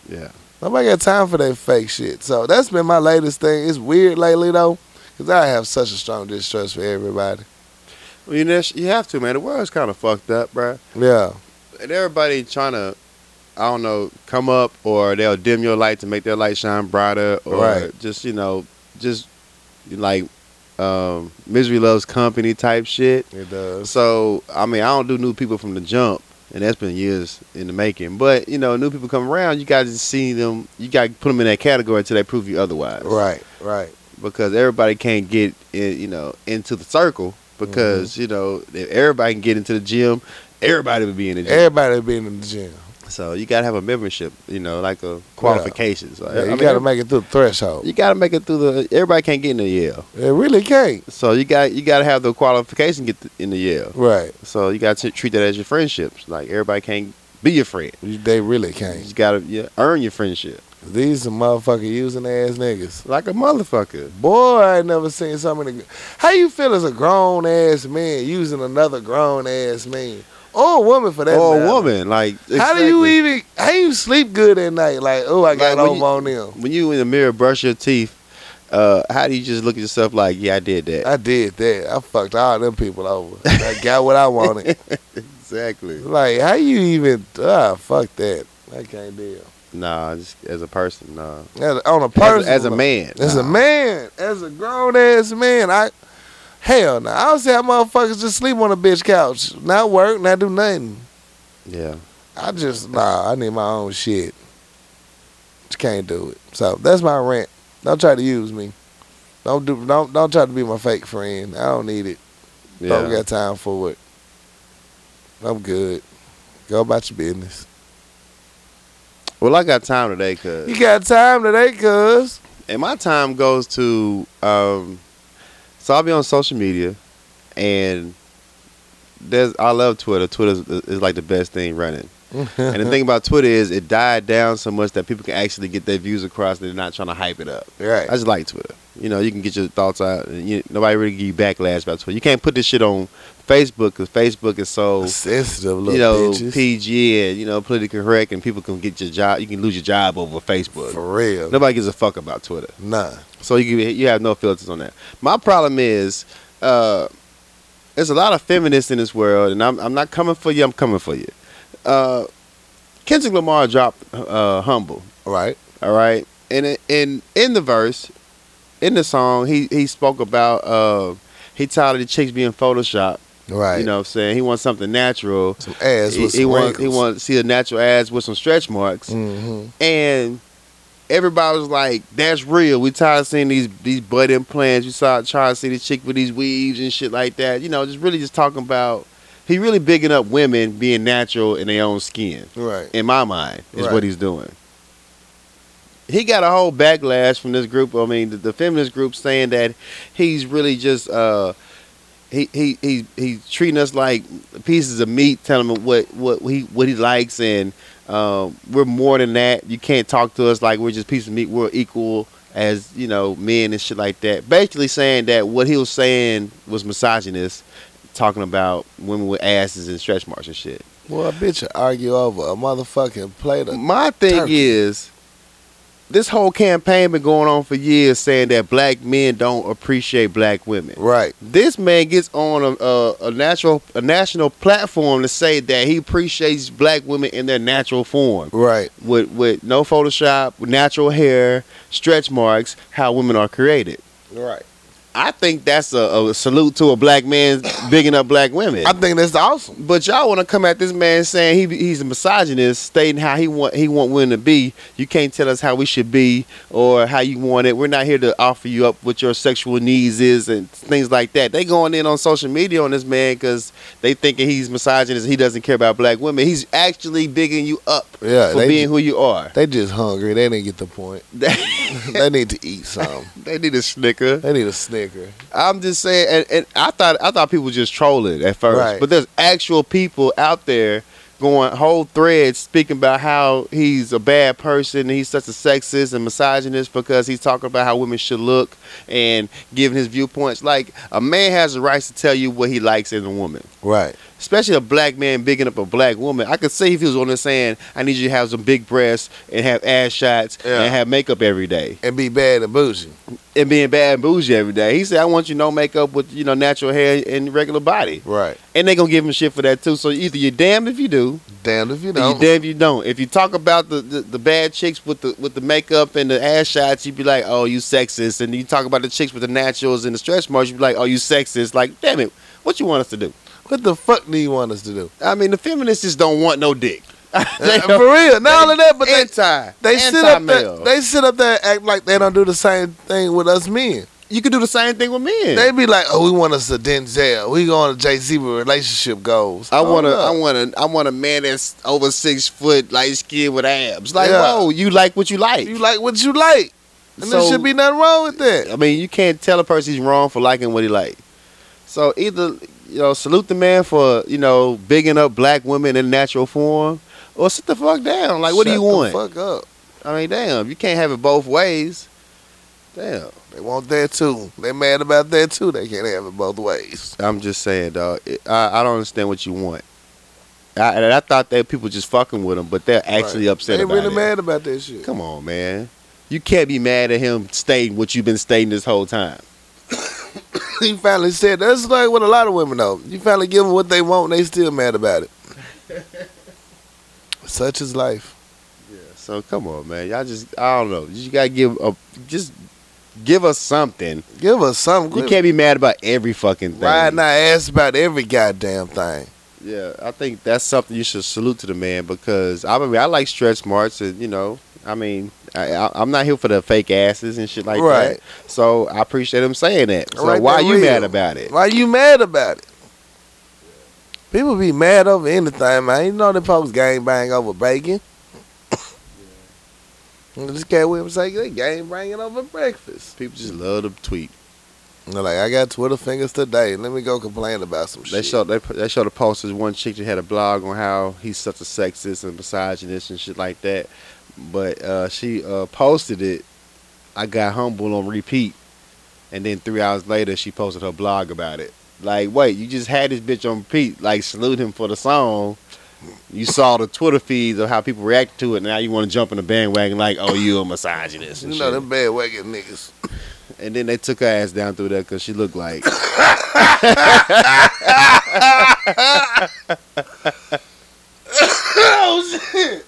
yeah.
Nobody got time for that fake shit. So that's been my latest thing. It's weird lately though, because I have such a strong distrust for everybody.
Well, you know, you have to, man. The world's kind of fucked up, bruh.
Yeah.
and everybody trying to, I don't know, come up or they'll dim your light to make their light shine brighter, or
Right.
just you know, just like um, misery loves company type shit.
It does.
So I mean, I don't do new people from the jump, and that's been years in the making. But you know, new people come around, you got to see them, you got to put them in that category until they prove you otherwise,
Right, right.
Because everybody can't get in, you know into the circle.
Mm-hmm.
Because you know, if everybody can get into the gym, everybody would be in the gym.
Everybody been in the gym.
So you gotta have a membership, you know, like a qualifications. Like,
Yeah,
I
you
mean,
gotta
every-
make it through the threshold.
you gotta make it through the. Everybody can't get in the Yale,
It really can't.
so you got you gotta have the qualification get th- in the Yale.
Right.
So you gotta t- treat that as your friendships. Like everybody can't be your friend.
You- They really
You
can't.
just gotta you earn your friendship
These some motherfucker using ass niggas.
like a motherfucker.
Boy, I ain't never seen so many. How you feel as a grown ass man using another grown ass man or a woman for that?
or a
matter?
woman, like
How do you
exactly.
even? How you sleep good at night? Like, oh, I got
Like,
over
when you-
on them.
When you in the mirror brush your teeth, uh, how do you just look at yourself like, yeah, I did that?
I did that. I fucked all them people over. I got what I wanted.
exactly.
like, how you even? Ah, fuck that. I can't deal.
Nah, just as a person, nah.
As, on a
As,
person,
a- as a man,
As a
nah.
man, as a grown ass man, I hell no. I don't see how motherfuckers just sleep on a bitch couch, not work, not do nothing.
Yeah.
I just nah. I need my own shit. Just can't do it. So that's my rant. Don't try to use me. Don't do. Don't don't try to be my fake friend. I don't need it.
Yeah.
Don't got time for it. I'm good. Go about your business.
Well, I got time today, cause
You got time today, cuz.
and my time goes to um so i'll be on social media and there's i love twitter twitter is, is like the best thing running and the thing about twitter is it died down so much that people can actually get their views across and they're not trying to hype it up
Right.
i just like twitter you know you can get your thoughts out and you, nobody really give you backlash about twitter you can't put this shit on facebook because facebook is so
Sensitive little
you know
bitches.
pg and you know politically correct and people can get your job you can lose your job over facebook
For real.
nobody gives a fuck about twitter
Nah.
so you can- you have no filters on that. My problem is, uh, there's a lot of feminists in this world, and I'm I'm not coming for you. I'm coming for you. Uh, Kendrick Lamar dropped uh, "Humble,"
Right.
all right, and in- in in the verse, in the song, he he spoke about uh, he tired of the chicks being photoshopped.
Right.
You know, what I'm saying he wants something natural.
some ass
He,
with some
he wants he wants to see a natural ass with some stretch marks
hmm
and everybody was like, "That's real." We tired of seeing these these butt implants. You saw trying to see the chick with these weaves and shit like that. You know, just really just talking about he really bigging up women being natural in their own skin.
Right.
In my mind, is
Right.
what he's doing. He got a whole backlash from this group. I mean, the, the feminist group saying that he's really just uh, he he he he's treating us like pieces of meat, telling him what what he what he likes, and um, we're more than that. You can't talk to us like we're just pieces of meat. We're equal as you know men and shit like that. Basically saying that what he was saying was misogynist, talking about women with asses and stretch marks and shit.
Well, a bitch will argue over a motherfucking plate of.
My thing
Turkey.
is, this whole campaign been going on for years saying that black men don't appreciate black women.
Right.
This man gets on a, a, a natural a national platform to say that he appreciates black women in their natural form
Right.
with with no Photoshop, with natural hair, stretch marks, how women are created.
Right.
I think that's a, a salute to a black man bigging up black women.
I think that's awesome.
But y'all want to come at this man saying he he's a misogynist, stating how he want he want women to be. You can't tell us how we should be or how you want it. We're not here to offer you up what your sexual needs is and things like that. They going in on social media on this man because they thinking he's misogynist. He doesn't care about black women. He's actually bigging you up
Yeah,
for
they
being
ju-
who you are.
They just hungry. They didn't get the point. they need to eat something.
They need a snicker.
They need a snicker.
I'm just saying, and, and I thought I thought people just trolling at first,
Right.
but there's actual people out there going whole threads speaking about how he's a bad person, he's such a sexist and misogynist because he's talking about how women should look and giving his viewpoints. Like a man has the rights to tell you what he likes in a woman.
Right.
Especially a black man bigging up a black woman. I could see if he was on there saying, I need you to have some big breasts and have ass shots
Yeah.
and have makeup every day
And be bad and bougie.
and being bad and bougie every day. He said, "I want you no makeup with you know natural hair and regular body."
Right.
And they gonna give him shit for that too. So either you're damned if you do,
Damned if you
or you
don't.
damned if you don't. If you talk about the, the, the bad chicks with the with the makeup and the ass shots, you'd be like, "Oh, you sexist." And you talk about the chicks with the naturals and the stretch marks, you'd be like, "Oh, you sexist." Like, damn it, what you want us to do?
What the fuck do you want us to do?
I mean, the feminists just don't want no dick. they
Uh, for real. Not only that, but they,
anti.
they sit up there.
anti-male.
They sit up there and act like they don't do the same thing with us men.
you could do the same thing with men.
They be like, oh, we want us a Denzel. We going to Jay Z with relationship goals. Oh,
I want to.
Hold
I
up.
want to. I want a man that's over six foot, light skinned with abs. Like,
Yeah.
whoa, you like what you like.
You like what you like. And there
So-
should be nothing wrong with that.
I mean, you can't tell a person he's wrong for liking what he like. So either you know, salute the man for you know bigging up black women in natural form, or sit the fuck down. Like, what do
Shut
you
the
want?
fuck up.
I mean, damn, you can't have it both ways. Damn.
They want that too. They mad about that too. They can't have it both ways.
I'm just saying, dog. It, I, I don't understand what you want. I, and I thought that people just fucking with him, but they're actually
Right.
upset
They
about
really
it.
mad about that shit.
Come on, man. You can't be mad at him stating what you've been stating this whole time.
he finally said that's like what a lot of women know. You finally give them what they want, and they still mad about it. Such is life.
So come on, man. Y'all just I don't know. You gotta give a just give us something.
Give us something.
You can't be mad about every fucking thing.
Riding our ass about every goddamn thing.
Yeah, I think that's something you should salute to the man because I mean I like stretch marks and you know I mean I, I I'm not here for the fake asses and shit like
Right.
that. So I appreciate him saying that. So
Right
why
there
you
real.
mad about it?
Why you mad about it? People be mad over anything, man. You know the folks gang bang over bacon. I just can't wait to say they gang banging over breakfast.
People just love to tweet.
And they're like, I got Twitter fingers today. Let me go complain about some
They
shit.
showed they, they showed a post this one chick that had a blog on how he's such a sexist and misogynist and shit like that. But uh, she uh, posted it. I got humble on repeat, and then three hours later she posted her blog about it. Like, wait, you just had this bitch on repeat. Like, salute him for the song. You saw the Twitter feeds of how people react to it. Now you want to jump in the bandwagon like, oh, you a misogynist. And,
you know
shit.
them bandwagon niggas.
and then they took her ass down through there because she looked like.
Oh shit!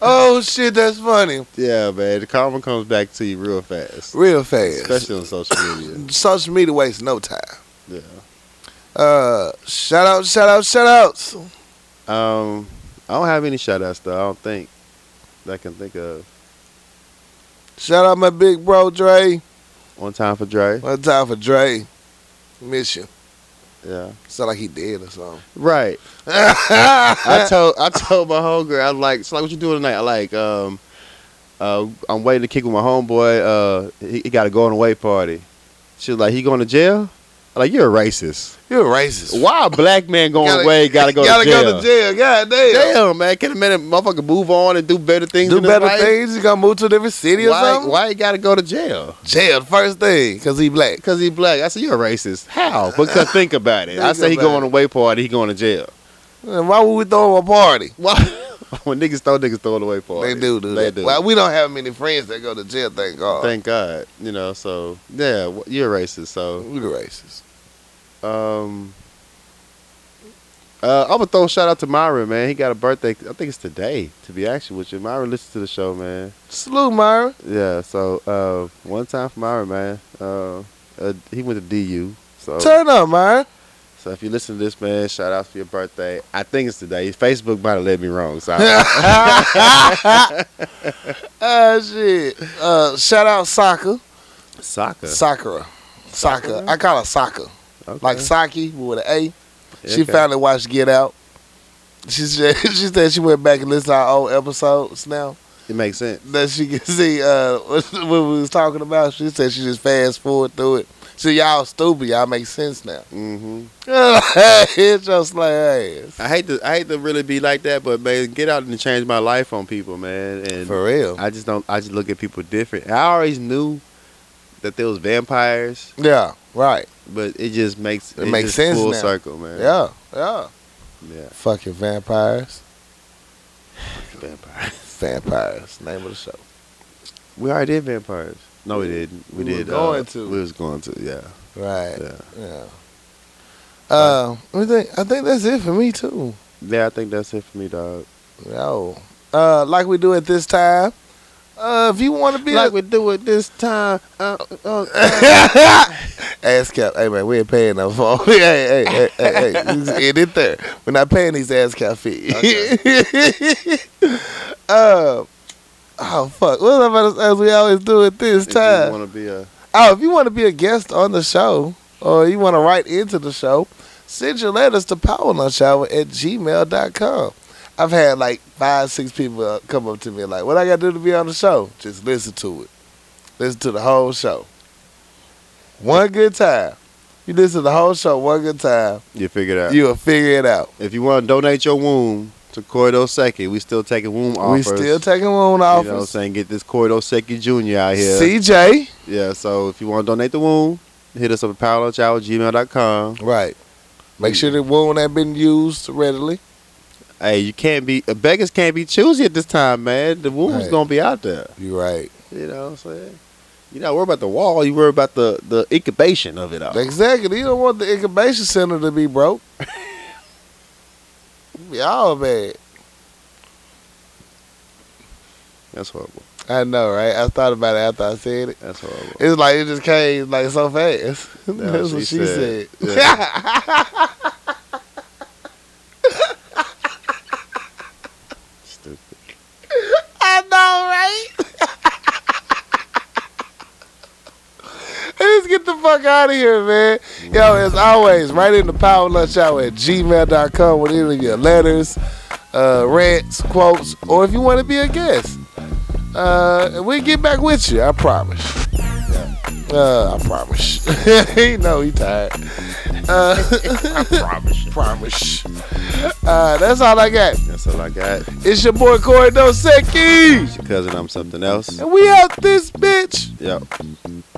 oh shit, that's funny.
Yeah, man. The karma comes back to you real fast.
Real fast.
especially on social media.
Social media wastes no time.
Yeah.
Uh, shout out, shout out, shout outs.
Um, I don't have any shout outs though. I don't think that I can think of.
Shout out my big bro Dre.
One time for Dre.
One time for Dre. Miss you.
Yeah.
Sound like he dead or something.
Right. I told I told my homegirl I like so like what you doing tonight? I like um uh I'm waiting to kick with my homeboy. Uh he, he got a going away party. She was like he going to jail. I'm like you're a racist.
You're racist.
Why a black man going
Gotta-
away gotta go
Gotta
to jail?
go to jail. God damn.
Damn man, can a minute motherfucker move on and do better things?
Do
in his
better
life?
things. You gonna move to a different city or
Why,
something?
why he gotta go to jail?
Jail, first thing, cause he black.
because he black. I said you're a racist. How? Because think about it. I
Think
say he
about
going
it.
to way party. He going to jail.
And Why would we throw him a party?
Why? when niggas throw niggas throw it away party.
They do do
They
that. Well, we don't have many friends that go to jail, thank God.
Thank God. You know. So yeah, wh- you're a racist. So
we the racist.
um, Uh, I'm gonna throw a shout out to Myron, man. He got a birthday. I think it's today, to be actually with you. Myron listens to the show, man.
Salute, Myra.
Yeah. So uh, one time for Myron, man. Uh, uh, he went to DU. So
Turn up, Myra.
so if you listen to this, man, shout out for your birthday. I think it's today. Facebook might have led me wrong. So I-
Ah, shit. Uh, shout out Saka.
soccer.
Sakura. Saka. I call her Saka.
Okay.
Like Saki but with an A. She
Okay.
finally watched Get Out. She said, she said she went back and listened to our old episodes now
it makes sense.
that she can see uh, what, what we was talking about. She said she just fast forward through it. So y'all stupid. Y'all make sense now.
hmm
it's just like ass.
I hate to I hate to really be like that, but man, get out and change my life on people, man. And
For real.
I just don't. I just look at people different. I always knew that there was vampires,
Yeah, right.
but it just makes
It makes
just
sense
full
now.
circle, man.
Yeah, yeah.
yeah,
Fucking vampires.
vampires.
Vampires. Name of the show.
We already did vampires. No, we didn't. We,
We were
did.
going
uh,
to.
We was going to. Yeah.
Right.
Yeah.
Yeah. Uh, I think I think that's it for me too.
Yeah. I think that's it for me, dog.
Yo. Uh, like we do at this time. Uh, if you want to be
Like
a-
we do it this time. Uh, uh,
ass cap, hey man, we ain't paying no phone. hey, hey, hey, hey, hey, Just end it there. We're not paying these ass cap fees. uh, oh fuck, what was I about to say? As we always do at this
if
time.
you want to be a
Oh, if you want to be a guest on the show or you want to write into the show, send your letters to powerlunchhour at gmail.com. I've had like five, six people uh, come up to me like, what I got to do to be on the show? Just listen to it. Listen to the whole show. One good time. You listen to the whole show one good time,
you figure it out.
you'll figure it out.
if you want to donate your womb to Cordoseki, we still taking womb offers.
We still taking one
You know what I'm
offers.
saying? Get this Cordoseki Jr. out here.
CJ.
Yeah, so if you want to donate the womb, hit us up at powerlunchhour@gmail.com.
Right. Make sure the wound ain't been used readily.
Hey, you can't be, uh, beggars can't be choosy at this time, man. The womb's
Right.
going to be out there.
You're right.
You know what I'm saying? You're not worried about the wall, you worry about the, the incubation of it all.
Exactly. You don't want the incubation center to be broke. Y'all bad.
That's horrible.
I know, right? I thought about it after I said it.
That's horrible.
It's like it just came like so fast. That's what she said.
Yeah. Stupid.
I know, right? Let's get the fuck out of here, man. Yo, as always, write in the power lunch hour at gmail.com with any of your letters, uh, rants, quotes, or if you want to be a guest. Uh, we'll get back with you, I promise. Uh, I promise. he know he tired. Uh, I promise. Promise. Uh, that's all I got.
That's all I got.
It's your boy Corey Dosecki.
It's your cousin, I'm something else.
And we out this bitch.
Yep.